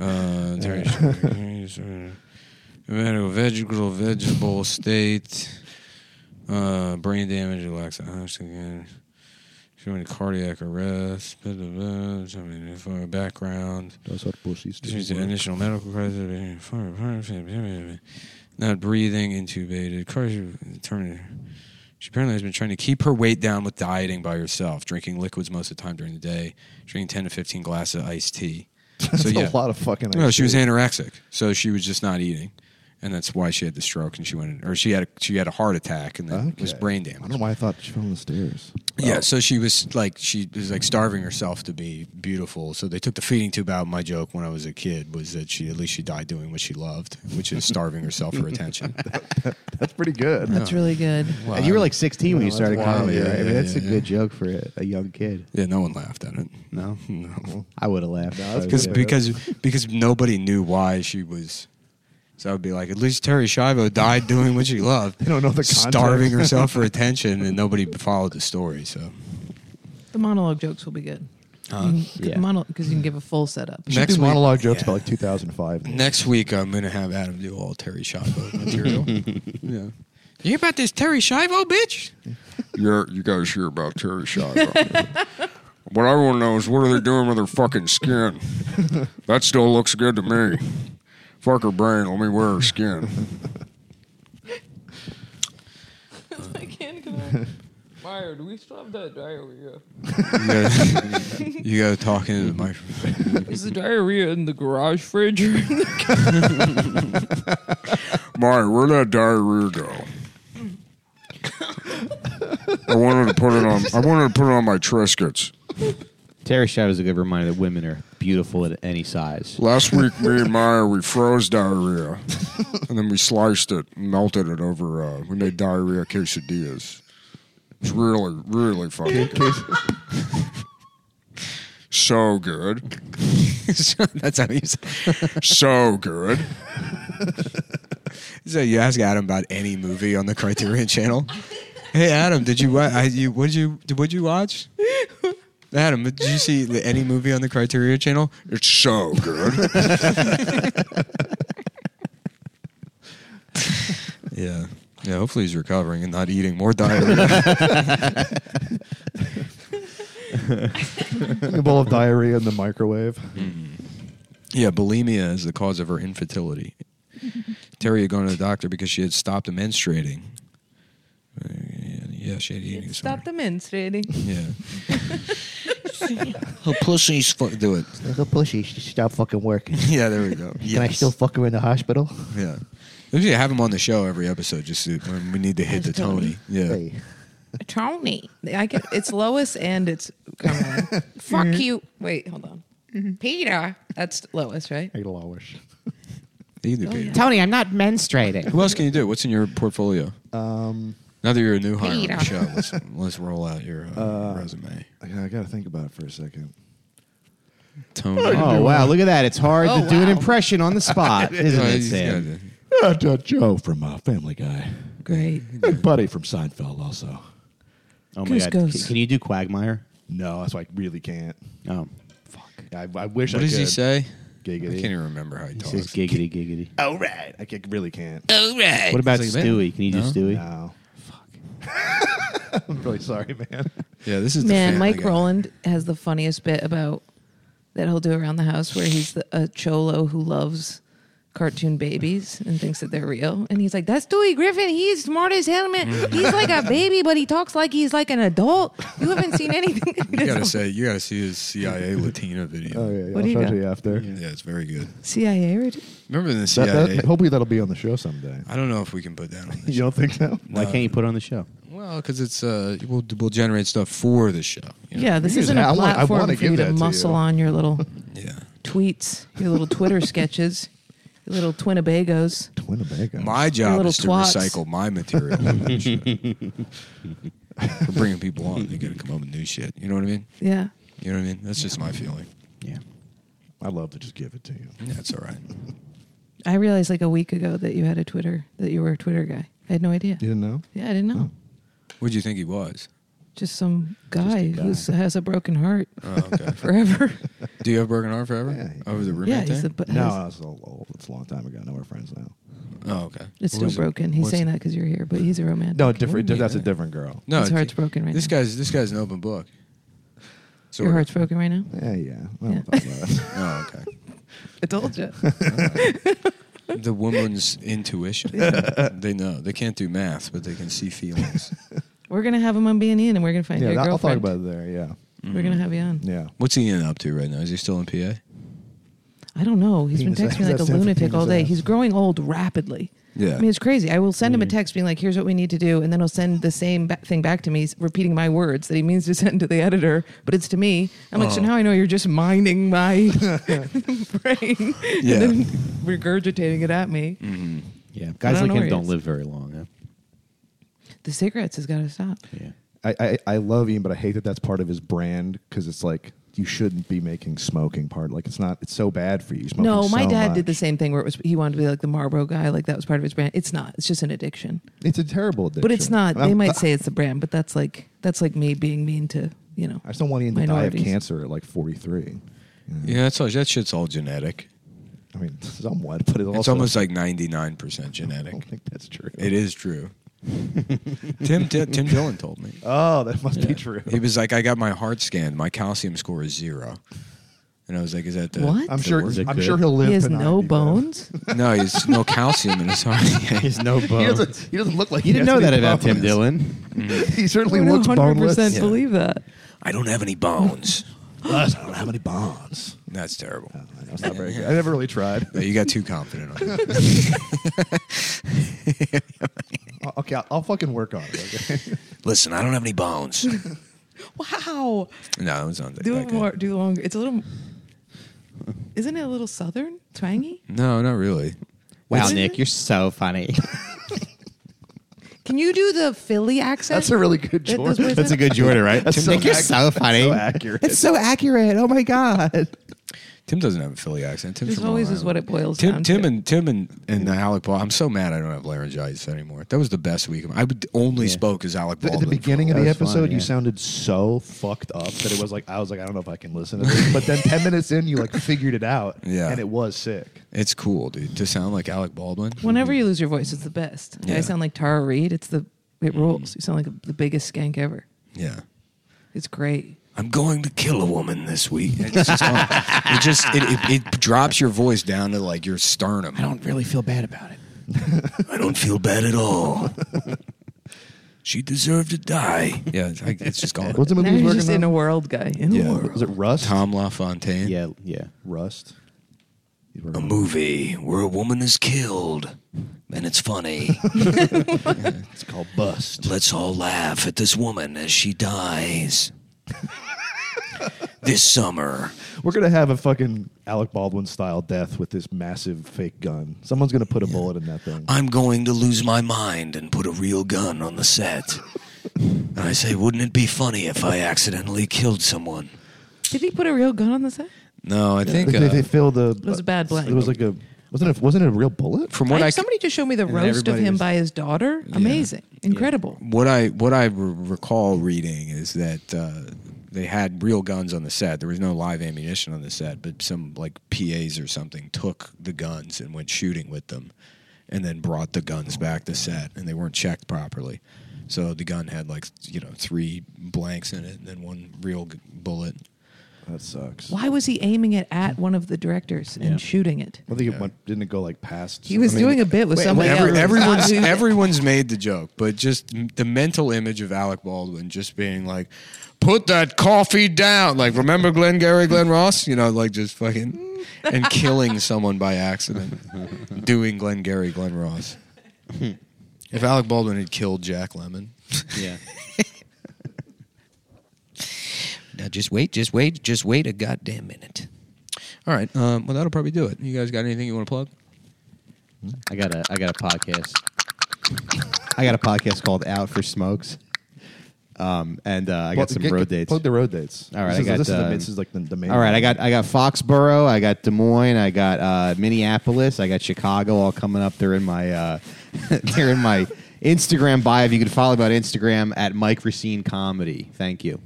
S1: Uh, Terry Schiavo. Tomato, vegetable, vegetable state. Uh, brain damage, relax, oxygen. Too many cardiac arrest. Blah, blah, blah. I mean, if our background.
S4: That's what pussies do.
S1: She's the initial medical crisis. Not breathing, intubated. Cardiac terminated. She apparently has been trying to keep her weight down with dieting by herself, drinking liquids most of the time during the day, drinking 10 to 15 glasses of iced tea.
S4: That's
S1: so, yeah.
S4: a lot of fucking.
S1: No,
S4: ice
S1: she was
S4: cream.
S1: anorexic, so she was just not eating, and that's why she had the stroke and she went, or she had a, she had a heart attack and then
S4: Okay.
S1: was brain
S4: I don't know
S1: damaged.
S4: why Oh. I thought she fell down the stairs.
S1: Yeah, so she was like she was like starving herself to be beautiful. So they took the feeding tube out. My joke when I was a kid was that she at least she died doing what she loved, which is starving herself for attention.
S4: That's pretty good.
S2: That's really good.
S3: And you were like 16 when you started
S1: wild.
S3: comedy,
S1: Yeah,
S3: right? I mean,
S1: yeah,
S3: that's a
S1: yeah,
S3: good joke for a, a young kid.
S1: Yeah, no one laughed at it.
S3: No,
S1: No,
S3: I would have laughed.
S4: No, that's
S1: because
S4: Yeah.
S1: because because nobody knew why she was. So I'd be like, at least Terry Schiavo died doing what she loved.
S4: don't know the
S1: starving
S4: context.
S1: herself for attention, and nobody followed the story. So
S2: The monologue jokes will be good. Because
S3: Uh, yeah.
S2: you can give a full setup.
S1: Next
S4: Next
S1: week-
S4: monologue jokes about
S1: yeah.
S4: like 2005.
S1: next week I'm gonna have Adam do all Terry Schiavo material. yeah, you hear about this Terry Schiavo bitch?
S5: You're, you guys hear about Terry Schiavo. what I want to know is what are they doing with her fucking skin? That still looks good to me. Fuck her brain. Let me wear her skin.
S2: I can't go. Meyer, do we still have that diarrhea?
S1: You gotta, you gotta talk into the microphone.
S2: Is the diarrhea in the garage fridge?
S5: My, where'd that diarrhea go? I wanted to put it on. I wanted to put it on my Triscuits.
S3: Terry Schiavo is a good reminder that women are beautiful at any size.
S5: Last week, me and Maya we froze diarrhea, and then we sliced it, and melted it over. Uh, we made diarrhea quesadillas. It's really, really fucking good. so good,
S1: so that's how you say.
S5: so good.
S1: So you ask Adam about any movie on the Criterion Channel. Hey Adam, did you, wa- I, you what did you what did you watch? Adam, did you see the- any movie on the Criterion Channel?
S5: It's so good.
S1: Yeah. Yeah, hopefully he's recovering and not eating more diarrhea.
S4: a bowl of diarrhea in the microwave.
S1: yeah, bulimia is the cause of her infertility. Terry had gone to the doctor because she had stopped menstruating. Yeah, Yeah, shady eating disorder.
S2: Stop the mints, really.
S1: Yeah. Her pussy's fuck. Do it.
S6: Like a pussy, she should stop fucking working.
S1: Yeah, there we go.
S6: Can I
S1: Yes.
S6: still fuck her in the hospital?
S1: Yeah. We should have him on the show every episode just to, when we need to hit the
S2: As
S1: Tony.
S2: Tony.
S1: Yeah.
S6: Hey,
S2: Tony. I get it's Lois and it's Carmela. Fuck
S3: Mm-hmm.
S2: you. Wait, hold on. Peter. That's Lois, right?
S6: hey, Lois.
S1: You can do Peter.
S3: Tony, I'm not menstruating.
S1: Who else can you do? What's in your portfolio?
S4: Um,
S1: Now that you're a new hire on the
S2: Peter.
S1: show, let's, let's roll out your uh, resume.
S4: I, I got to think about it for a second.
S1: Tony.
S3: Oh wow, look at that! It's hard
S2: Oh,
S3: to do an
S2: wow.
S3: impression on the spot, isn't
S1: Oh,
S3: it,
S1: he's
S3: Sam?
S1: got it.
S4: Uh, to Joe from uh, Family Guy.
S2: Great.
S4: And Buddy from Seinfeld also.
S3: Oh my
S2: Goose
S3: god,
S2: goose.
S3: C- can you do Quagmire?
S4: No, that's why I really can't.
S3: Oh,
S4: I, I wish
S1: What
S4: I
S1: does
S4: could.
S1: he say? I
S4: Giggity.
S1: can't even remember how he,
S3: he
S1: talks.
S3: says giggity giggity.
S4: All Oh, right. I ca- really can't.
S3: What about
S1: It's like, man,
S3: Stewie? Can you do
S1: no.
S3: Stewie?
S4: No. Fuck. I'm really sorry, man.
S1: yeah, this is the
S2: Man,
S1: family
S2: Mike
S1: guy.
S2: Rowland has the funniest bit about that he'll do around the house where he's the, a cholo who loves cartoon babies and thinks that they're real. And he's like, That's Dewey Griffin. He's smart as hell, man. He's like a baby, but he talks like he's like an adult. You haven't seen anything.
S1: You gotta say, you gotta see his CIA Latina video.
S4: Oh, yeah. yeah
S2: What do
S4: I'll
S2: you
S4: show it
S2: got?
S4: to you after.
S1: Yeah, it's very good.
S2: CIA rated?
S1: Remember the
S4: That-
S1: CIA?
S4: that- hopefully that'll be on the show someday.
S1: I don't know if we can put that on. The
S4: You don't think so?
S3: Why can't you put it on the show?
S1: Well, because it's uh, we'll, we'll generate stuff for the show. you know?
S2: Yeah, this
S4: Here's
S2: isn't
S4: how- I
S2: a
S4: wanna- I
S2: platform
S4: wanna
S2: for you
S4: give
S2: to
S4: that to
S2: muscle
S4: you.
S2: on your little
S1: yeah.
S2: tweets, your little Twitter sketches, your little Twinnebagos.
S4: Winnebago.
S1: My job
S2: little
S1: is to
S2: twats.
S1: recycle my material. For bringing people on, you got to come up with new shit. You know what I mean?
S2: Yeah.
S1: You know what I mean? That's just my feeling.
S3: Yeah.
S4: I love to just give it to you.
S1: That's all right.
S2: I realized like a week ago that you had a Twitter, that you were a Twitter guy. I had no idea.
S4: You didn't know?
S2: Yeah, I didn't know.
S1: What do you think he was?
S2: Just some guy,
S4: guy.
S2: who has a broken heart
S1: Oh, okay.
S2: forever.
S1: do you have broken arm forever?
S4: Yeah.
S1: Over the roommate
S2: yeah, he's
S1: thing?
S2: a, but
S4: No, uh,
S2: has-
S4: that's all old. It's a long time ago. No, we're friends now.
S1: oh, okay.
S2: it's
S1: What
S2: still
S1: was it?
S2: broken. He's
S1: What's-
S2: saying that because you're here, but he's a romantic.
S4: No, different.
S1: mean?
S4: That's a different girl.
S1: No,
S2: His
S1: it's-
S2: heart's broken right
S1: This
S2: now.
S1: guy's this guy's an open book. So
S2: your heart's broken right now.
S4: Yeah, yeah. I
S2: Yeah.
S4: don't talk about it.
S1: Oh, okay.
S2: I told you.
S1: the woman's intuition. They know. They can't do math, but they can see feelings.
S2: we're gonna have him on B and E, and we're gonna find
S4: yeah,
S2: your
S4: that- I'll talk
S2: girlfriend.
S4: about it there. Yeah,
S2: We're gonna have you on.
S4: yeah.
S1: What's he in up to right now? Is he still in PA?
S2: I don't know. He's been
S4: Penis
S2: texting me
S4: ass.
S2: like a
S4: That's him for
S2: lunatic all
S4: penis
S2: day.
S4: ass.
S2: He's growing old rapidly.
S1: Yeah.
S2: I mean, it's crazy. I will send him a text being like, here's what we need to do. And then he'll send the same ba- thing back to me, s- repeating my words that he means to send to the editor, but it's to me. I'm like, so now I know you're just mining my brain
S1: Yeah.
S2: and then regurgitating it at me.
S1: Mm.
S3: Yeah. Guys
S2: don't
S3: like
S2: know where
S3: him
S2: he
S3: don't
S2: is.
S3: live very long. Huh?
S2: The cigarettes has got to stop.
S3: Yeah.
S4: I, I I love Ian, but I hate that that's part of his brand because it's like you shouldn't be making smoking part. Like it's not. It's so bad for you. You're Smoking
S2: No, my
S4: so
S2: dad
S4: much.
S2: did the same thing where it was he wanted to be like the Marlboro guy, like that was part of his brand. It's not. It's just an addiction.
S4: It's a terrible addiction.
S2: But it's not. They
S4: I'm-
S2: might say it's the brand, but that's like that's like me being mean to you know.
S4: I just don't want Ian to die of
S2: minorities.
S4: cancer at like 43.
S1: Yeah, that's all, that shit's all genetic.
S4: I mean, somewhat, but it also,
S1: it's almost like ninety nine percent
S4: I
S1: genetic.
S4: don't think that's true.
S1: It is true. Tim, Tim Tim Dillon told me.
S4: Oh, that must be true.
S1: He was like, I got my heart scanned. My calcium score is zero. And I was like, Is that the
S2: What?
S4: I'm sure.
S3: Is it
S4: I'm
S3: good?
S4: sure he'll live.
S2: He has
S4: to
S2: no
S4: 90, though.
S2: bones.
S1: No, he's no calcium in his heart.
S3: He's no
S4: He
S3: bone.
S4: doesn't, he doesn't look like
S3: You
S4: he
S3: didn't
S4: has
S3: know that
S4: any
S3: about Tim
S4: bones.
S3: Dillon.
S4: he certainly
S2: I
S4: looks
S2: 100%
S4: boneless.
S1: Yeah.
S2: believe that.
S1: I don't have any bones.
S4: Plus, I don't have any bonds.
S1: That's terrible.
S4: That's not very good. I never really tried.
S1: No, you got too confident on it.
S4: O- Okay, I'll, I'll fucking work on it. Okay?
S1: Listen, I don't have any bones.
S2: Wow.
S1: No, it was on
S2: Do
S1: like
S2: it
S1: that.
S2: more. Do longer. It's a little. Isn't it a little southern twangy?
S1: No, not really.
S3: Wow, Nick, you're so funny.
S2: Can you do the Philly accent?
S4: That's a really good
S2: That-
S4: Jordan.
S2: that's-
S3: That's a good Jordan, right?
S4: That's so
S3: Nick, you're
S4: ac-
S3: so funny.
S4: so accurate.
S3: It's so accurate. Oh my god.
S1: Tim doesn't have a Philly accent. Tim's
S2: This
S1: from
S2: always
S1: Long
S2: is what
S1: Island.
S2: it boils
S1: Tim,
S2: down
S1: Tim
S2: to.
S1: and Tim and and the Alec Ball. I'm so mad I don't have laryngitis anymore. That was the best week. of- I would- only spoke as Alec
S4: Th-
S1: Baldwin.
S4: At the beginning of
S3: That
S4: the
S3: was fun,
S4: episode, you
S3: yeah.
S4: sounded so fucked up that it was like I was like I don't know if I can listen to this. But then ten minutes in, you like figured it out.
S1: Yeah.
S4: and it was sick.
S1: It's cool, dude, to sound like Alec Baldwin.
S2: Whenever you lose your voice, it's the best.
S1: Yeah.
S2: I sound like Tara Reid. It's the it rules. You sound like the biggest skank ever.
S1: Yeah.
S2: It's great.
S1: I'm going to kill a woman this week. It's just on- it just it, it, it drops your voice down to like your sternum. I don't
S3: really feel bad about it.
S1: I don't feel bad at all.
S5: She deserved to die. Yeah, it's, like, it's just gone.
S4: What's the movie
S2: Now
S4: he's
S2: he's
S4: working
S2: just in a
S4: on?
S2: world guy. In a world.
S4: Is it Rust?
S5: Tom LaFontaine.
S3: Yeah, yeah.
S4: Rust. He's
S5: A
S4: working on-
S5: movie where a woman is killed, and it's funny.
S4: It's called Bust.
S5: Let's all laugh at this woman as she dies. this summer.
S4: We're gonna have a fucking Alec Baldwin style death with this massive fake gun. Someone's gonna put a bullet in that thing.
S5: I'm going to lose my mind and put a real gun on the set. And I say, wouldn't it be funny if I accidentally killed someone?
S2: Did he put a real gun on the set?
S5: No, I think uh,
S4: they, they fill the. It
S2: was a bad blank.
S4: It was like a. Wasn't it? Wasn't it a real bullet?
S5: from what
S2: I-
S5: I, c-
S2: somebody just showed me the roast of
S1: everybody
S2: him
S1: was-
S2: by his daughter. Amazing, incredible.
S1: what I what I r- recall reading is that uh, they had real guns on the set. There was no live ammunition on the set, but some like PAs or something took the guns and went shooting with them, and then brought the guns back to set, and they weren't checked properly. So the gun had like you know three blanks in it, and then one real g- bullet.
S4: That sucks.
S2: Why was he aiming it at one of the directors and shooting it?
S4: I think it went, didn't it go like past.
S2: He was
S4: I mean,
S2: doing a bit with somebody
S1: Every-
S2: else.
S1: everyone's
S2: Not who-
S1: everyone's made the joke, but just m- the mental image of Alec Baldwin just being like, "Put that coffee down!" Like, remember Glenn Gary, Glenn Ross? You know, like just fucking and killing someone by accident, doing Glenn Gary, Glenn Ross. If Alec Baldwin had killed Jack Lemon,
S3: Yeah.
S5: Now just wait, just wait, just wait a goddamn minute.
S1: all right. Um, well, that'll probably do it. You guys got anything you want to plug?
S3: I got a I got a podcast. I got a podcast called Out for Smokes. Um, and uh, I
S4: Plug-
S3: got some
S4: get-
S3: road
S4: get-
S3: dates.
S4: Plug the road dates.
S3: All right,
S4: This
S3: I
S4: is,
S3: got,
S4: this, is the,
S3: uh,
S4: this is like the, the main.
S3: All right, I got I got Foxborough, I got Des Moines, I got uh, Minneapolis, I got Chicago all coming up. They're in my uh, they're in my Instagram bio. If you can follow me on Instagram at Mike Racine Comedy. Thank you.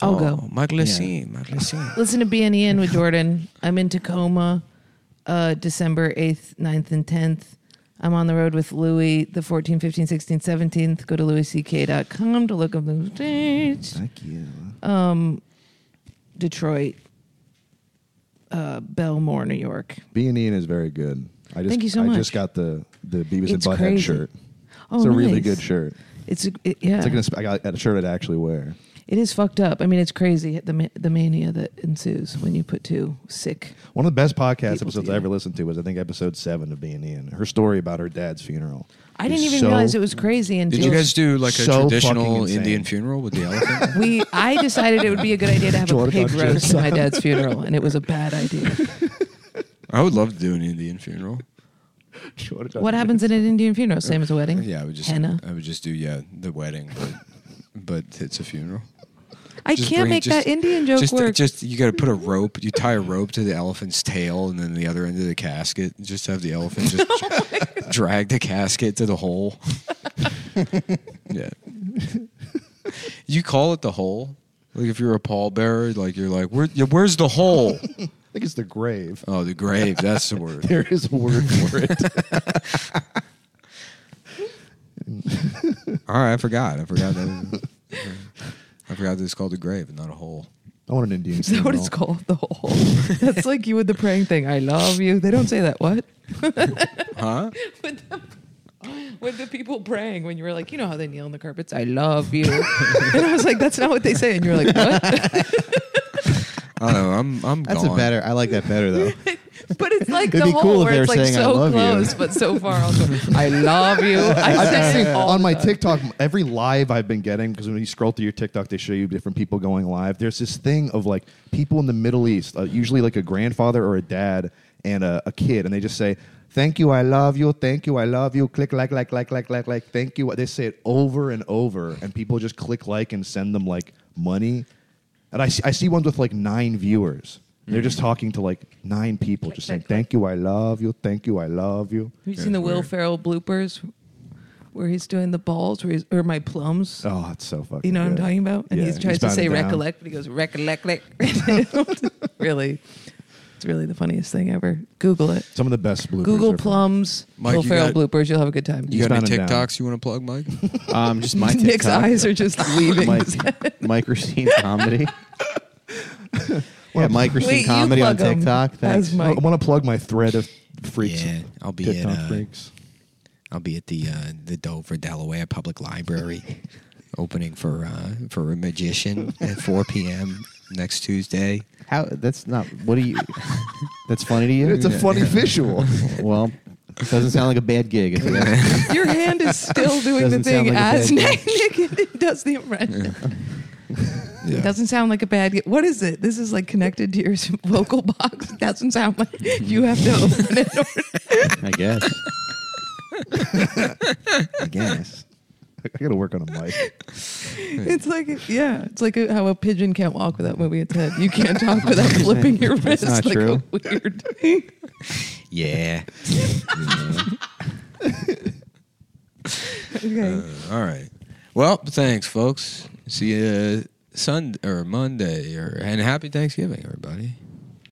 S2: I'll go.
S1: Mike Lacine. Mike Lacine.
S2: Listen to BNEN with Jordan. I'm in Tacoma, uh, December 8th, 9th, and 10th. I'm on the road with Louis the 14th, 15th, 16th, 17th. Go to louisck.com to look up those dates. Um,
S4: Thank you.
S2: Detroit, uh, Belmore, New York.
S4: B and E is very good. I just
S2: Thank you so
S4: I
S2: much.
S4: just got the the Beavis and
S2: It's
S4: Butthead
S2: crazy.
S4: shirt.
S2: Oh,
S4: it's a really
S2: nice.
S4: good shirt.
S2: It's a, it, yeah.
S4: It's like an, I got a shirt I'd actually wear.
S2: It is fucked up. I mean, it's crazy the ma- the mania that ensues when you put two sick.
S4: One of the best podcast
S2: People
S4: episodes
S2: do
S4: I
S2: that.
S4: ever listened to was I think episode seven of being in her story about her dad's funeral.
S2: I
S4: is
S2: didn't even
S4: so-
S2: realize it was crazy until
S1: Did you guys do like a
S4: So fucking
S1: traditional
S4: insane.
S1: Indian funeral with the elephant?
S2: we. I decided it would be a good idea to have a
S4: Jordan
S2: pig
S4: on
S2: roast at my dad's funeral, and it was a bad idea.
S1: I would love to do an Indian funeral.
S2: What happens at an Indian funeral? Same as a wedding.
S1: Yeah, I would just
S2: henna.
S3: uh,
S1: I would just do yeah the wedding, but, but it's a funeral.
S2: I
S1: Just
S2: can't
S1: bring-
S2: make
S1: just-
S2: that Indian joke
S1: just,
S2: work.
S1: Just you got to put a rope. You tie a rope to the elephant's tail, and then the other end of the casket. and Just have the elephant just
S2: Oh
S1: drag the casket to the hole. yeah. You call it the hole. Like if you're a pallbearer, like you're like, Where, yeah, where's the hole?
S4: I think it's the grave.
S1: Oh, the grave. That's the word.
S4: There is a word for it.
S1: All right, I forgot. I forgot that. I forgot that it's called a grave and not a hole.
S4: I want an Indian
S2: Is that
S4: funeral.
S2: what it's called? The whole. That's like you with the praying thing. I love you. They don't say that. What?
S1: Huh?
S2: with the, with the people praying when you were like, you know how they kneel on the carpets. I love you. and I was like, that's not what they say. And you were like, what?
S1: I don't know. I'm I'm
S3: That's
S1: gone.
S3: a better. I like that better though.
S2: But it's like
S3: It'd
S2: the
S3: be
S2: whole
S3: cool if they
S2: where it's
S3: were
S2: like
S3: saying, "I
S2: so
S3: love you."
S2: close, but so far also. I love you. I
S4: I've been
S2: say
S4: seeing
S2: it all
S4: on
S2: the
S4: my
S2: time.
S4: TikTok every live I've been getting because when you scroll through your TikTok, they show you different people going live. There's this thing of like people in the Middle East, uh, usually like a grandfather or a dad and a, a kid, and they just say, "Thank you, I love you, thank you, I love you." Click like like like like like like. Thank you. They say it over and over, and people just click like and send them like money. And I see, I see ones with like nine viewers. They're just talking to like nine people, just saying,
S2: Mm. click, click.
S4: "Thank you, I love you, thank you, I love you."
S2: Have you seen the Will Ferrell bloopers where he's doing the balls where he's, or my plums?
S4: Oh, it's so fucking.
S2: You know what I'm
S4: good.
S2: talking about? And
S4: Yeah,
S2: he tries to
S4: bound
S2: say
S4: down.
S2: recollect, but he goes recollect. like." really, it's really the funniest thing ever. Google it.
S4: Some of the best bloopers.
S2: Google
S4: are from-
S2: plums,
S1: Mike,
S2: Will
S1: you
S2: Ferrell
S1: got-
S2: bloopers. You'll have a good time.
S1: You got any
S4: He's bound and down.
S1: TikToks you want to plug, Mike?
S3: Um, just my
S2: Nick's
S3: TikTok,
S2: eyes are just leaving.
S3: Mike, Mike Racine Comedy. yeah, Mike Racine
S2: Wait, you
S3: Comedy on
S2: plug 'em
S3: TikTok.
S2: as
S3: Thanks.
S4: I
S2: Mike.
S4: want to plug my thread of freaks.
S1: Yeah,
S4: and
S1: I'll be
S4: TikTok
S1: at, uh,
S4: freaks.
S1: I'll be at the uh, the Dover, Delaware Public Library opening for uh, for a magician at 4 p.m. next Tuesday.
S3: How? That's not. What do you? that's funny to you.
S4: It's a funny visual.
S3: well, it doesn't sound like a bad gig. if you ask me.
S2: Your hand is still doing the
S3: Doesn't sound
S2: thing
S3: like a
S2: as
S3: bad
S2: Nick, Nick does the impression. It doesn't sound like a bad. ge- What is it? This is like connected to your s- vocal box. It doesn't sound like you have to open it. Or,
S3: I guess.
S4: I guess. I gotta work on a mic.
S2: it's like yeah, it's like a, how a pigeon can't walk without moving its head. You can't talk without flipping your wrist.
S3: not
S2: like
S3: true.
S2: a weird. thing.
S1: Yeah.
S2: Okay.
S1: Uh, All right. Well, thanks, folks. See you Sunday or Monday, or and happy Thanksgiving, everybody.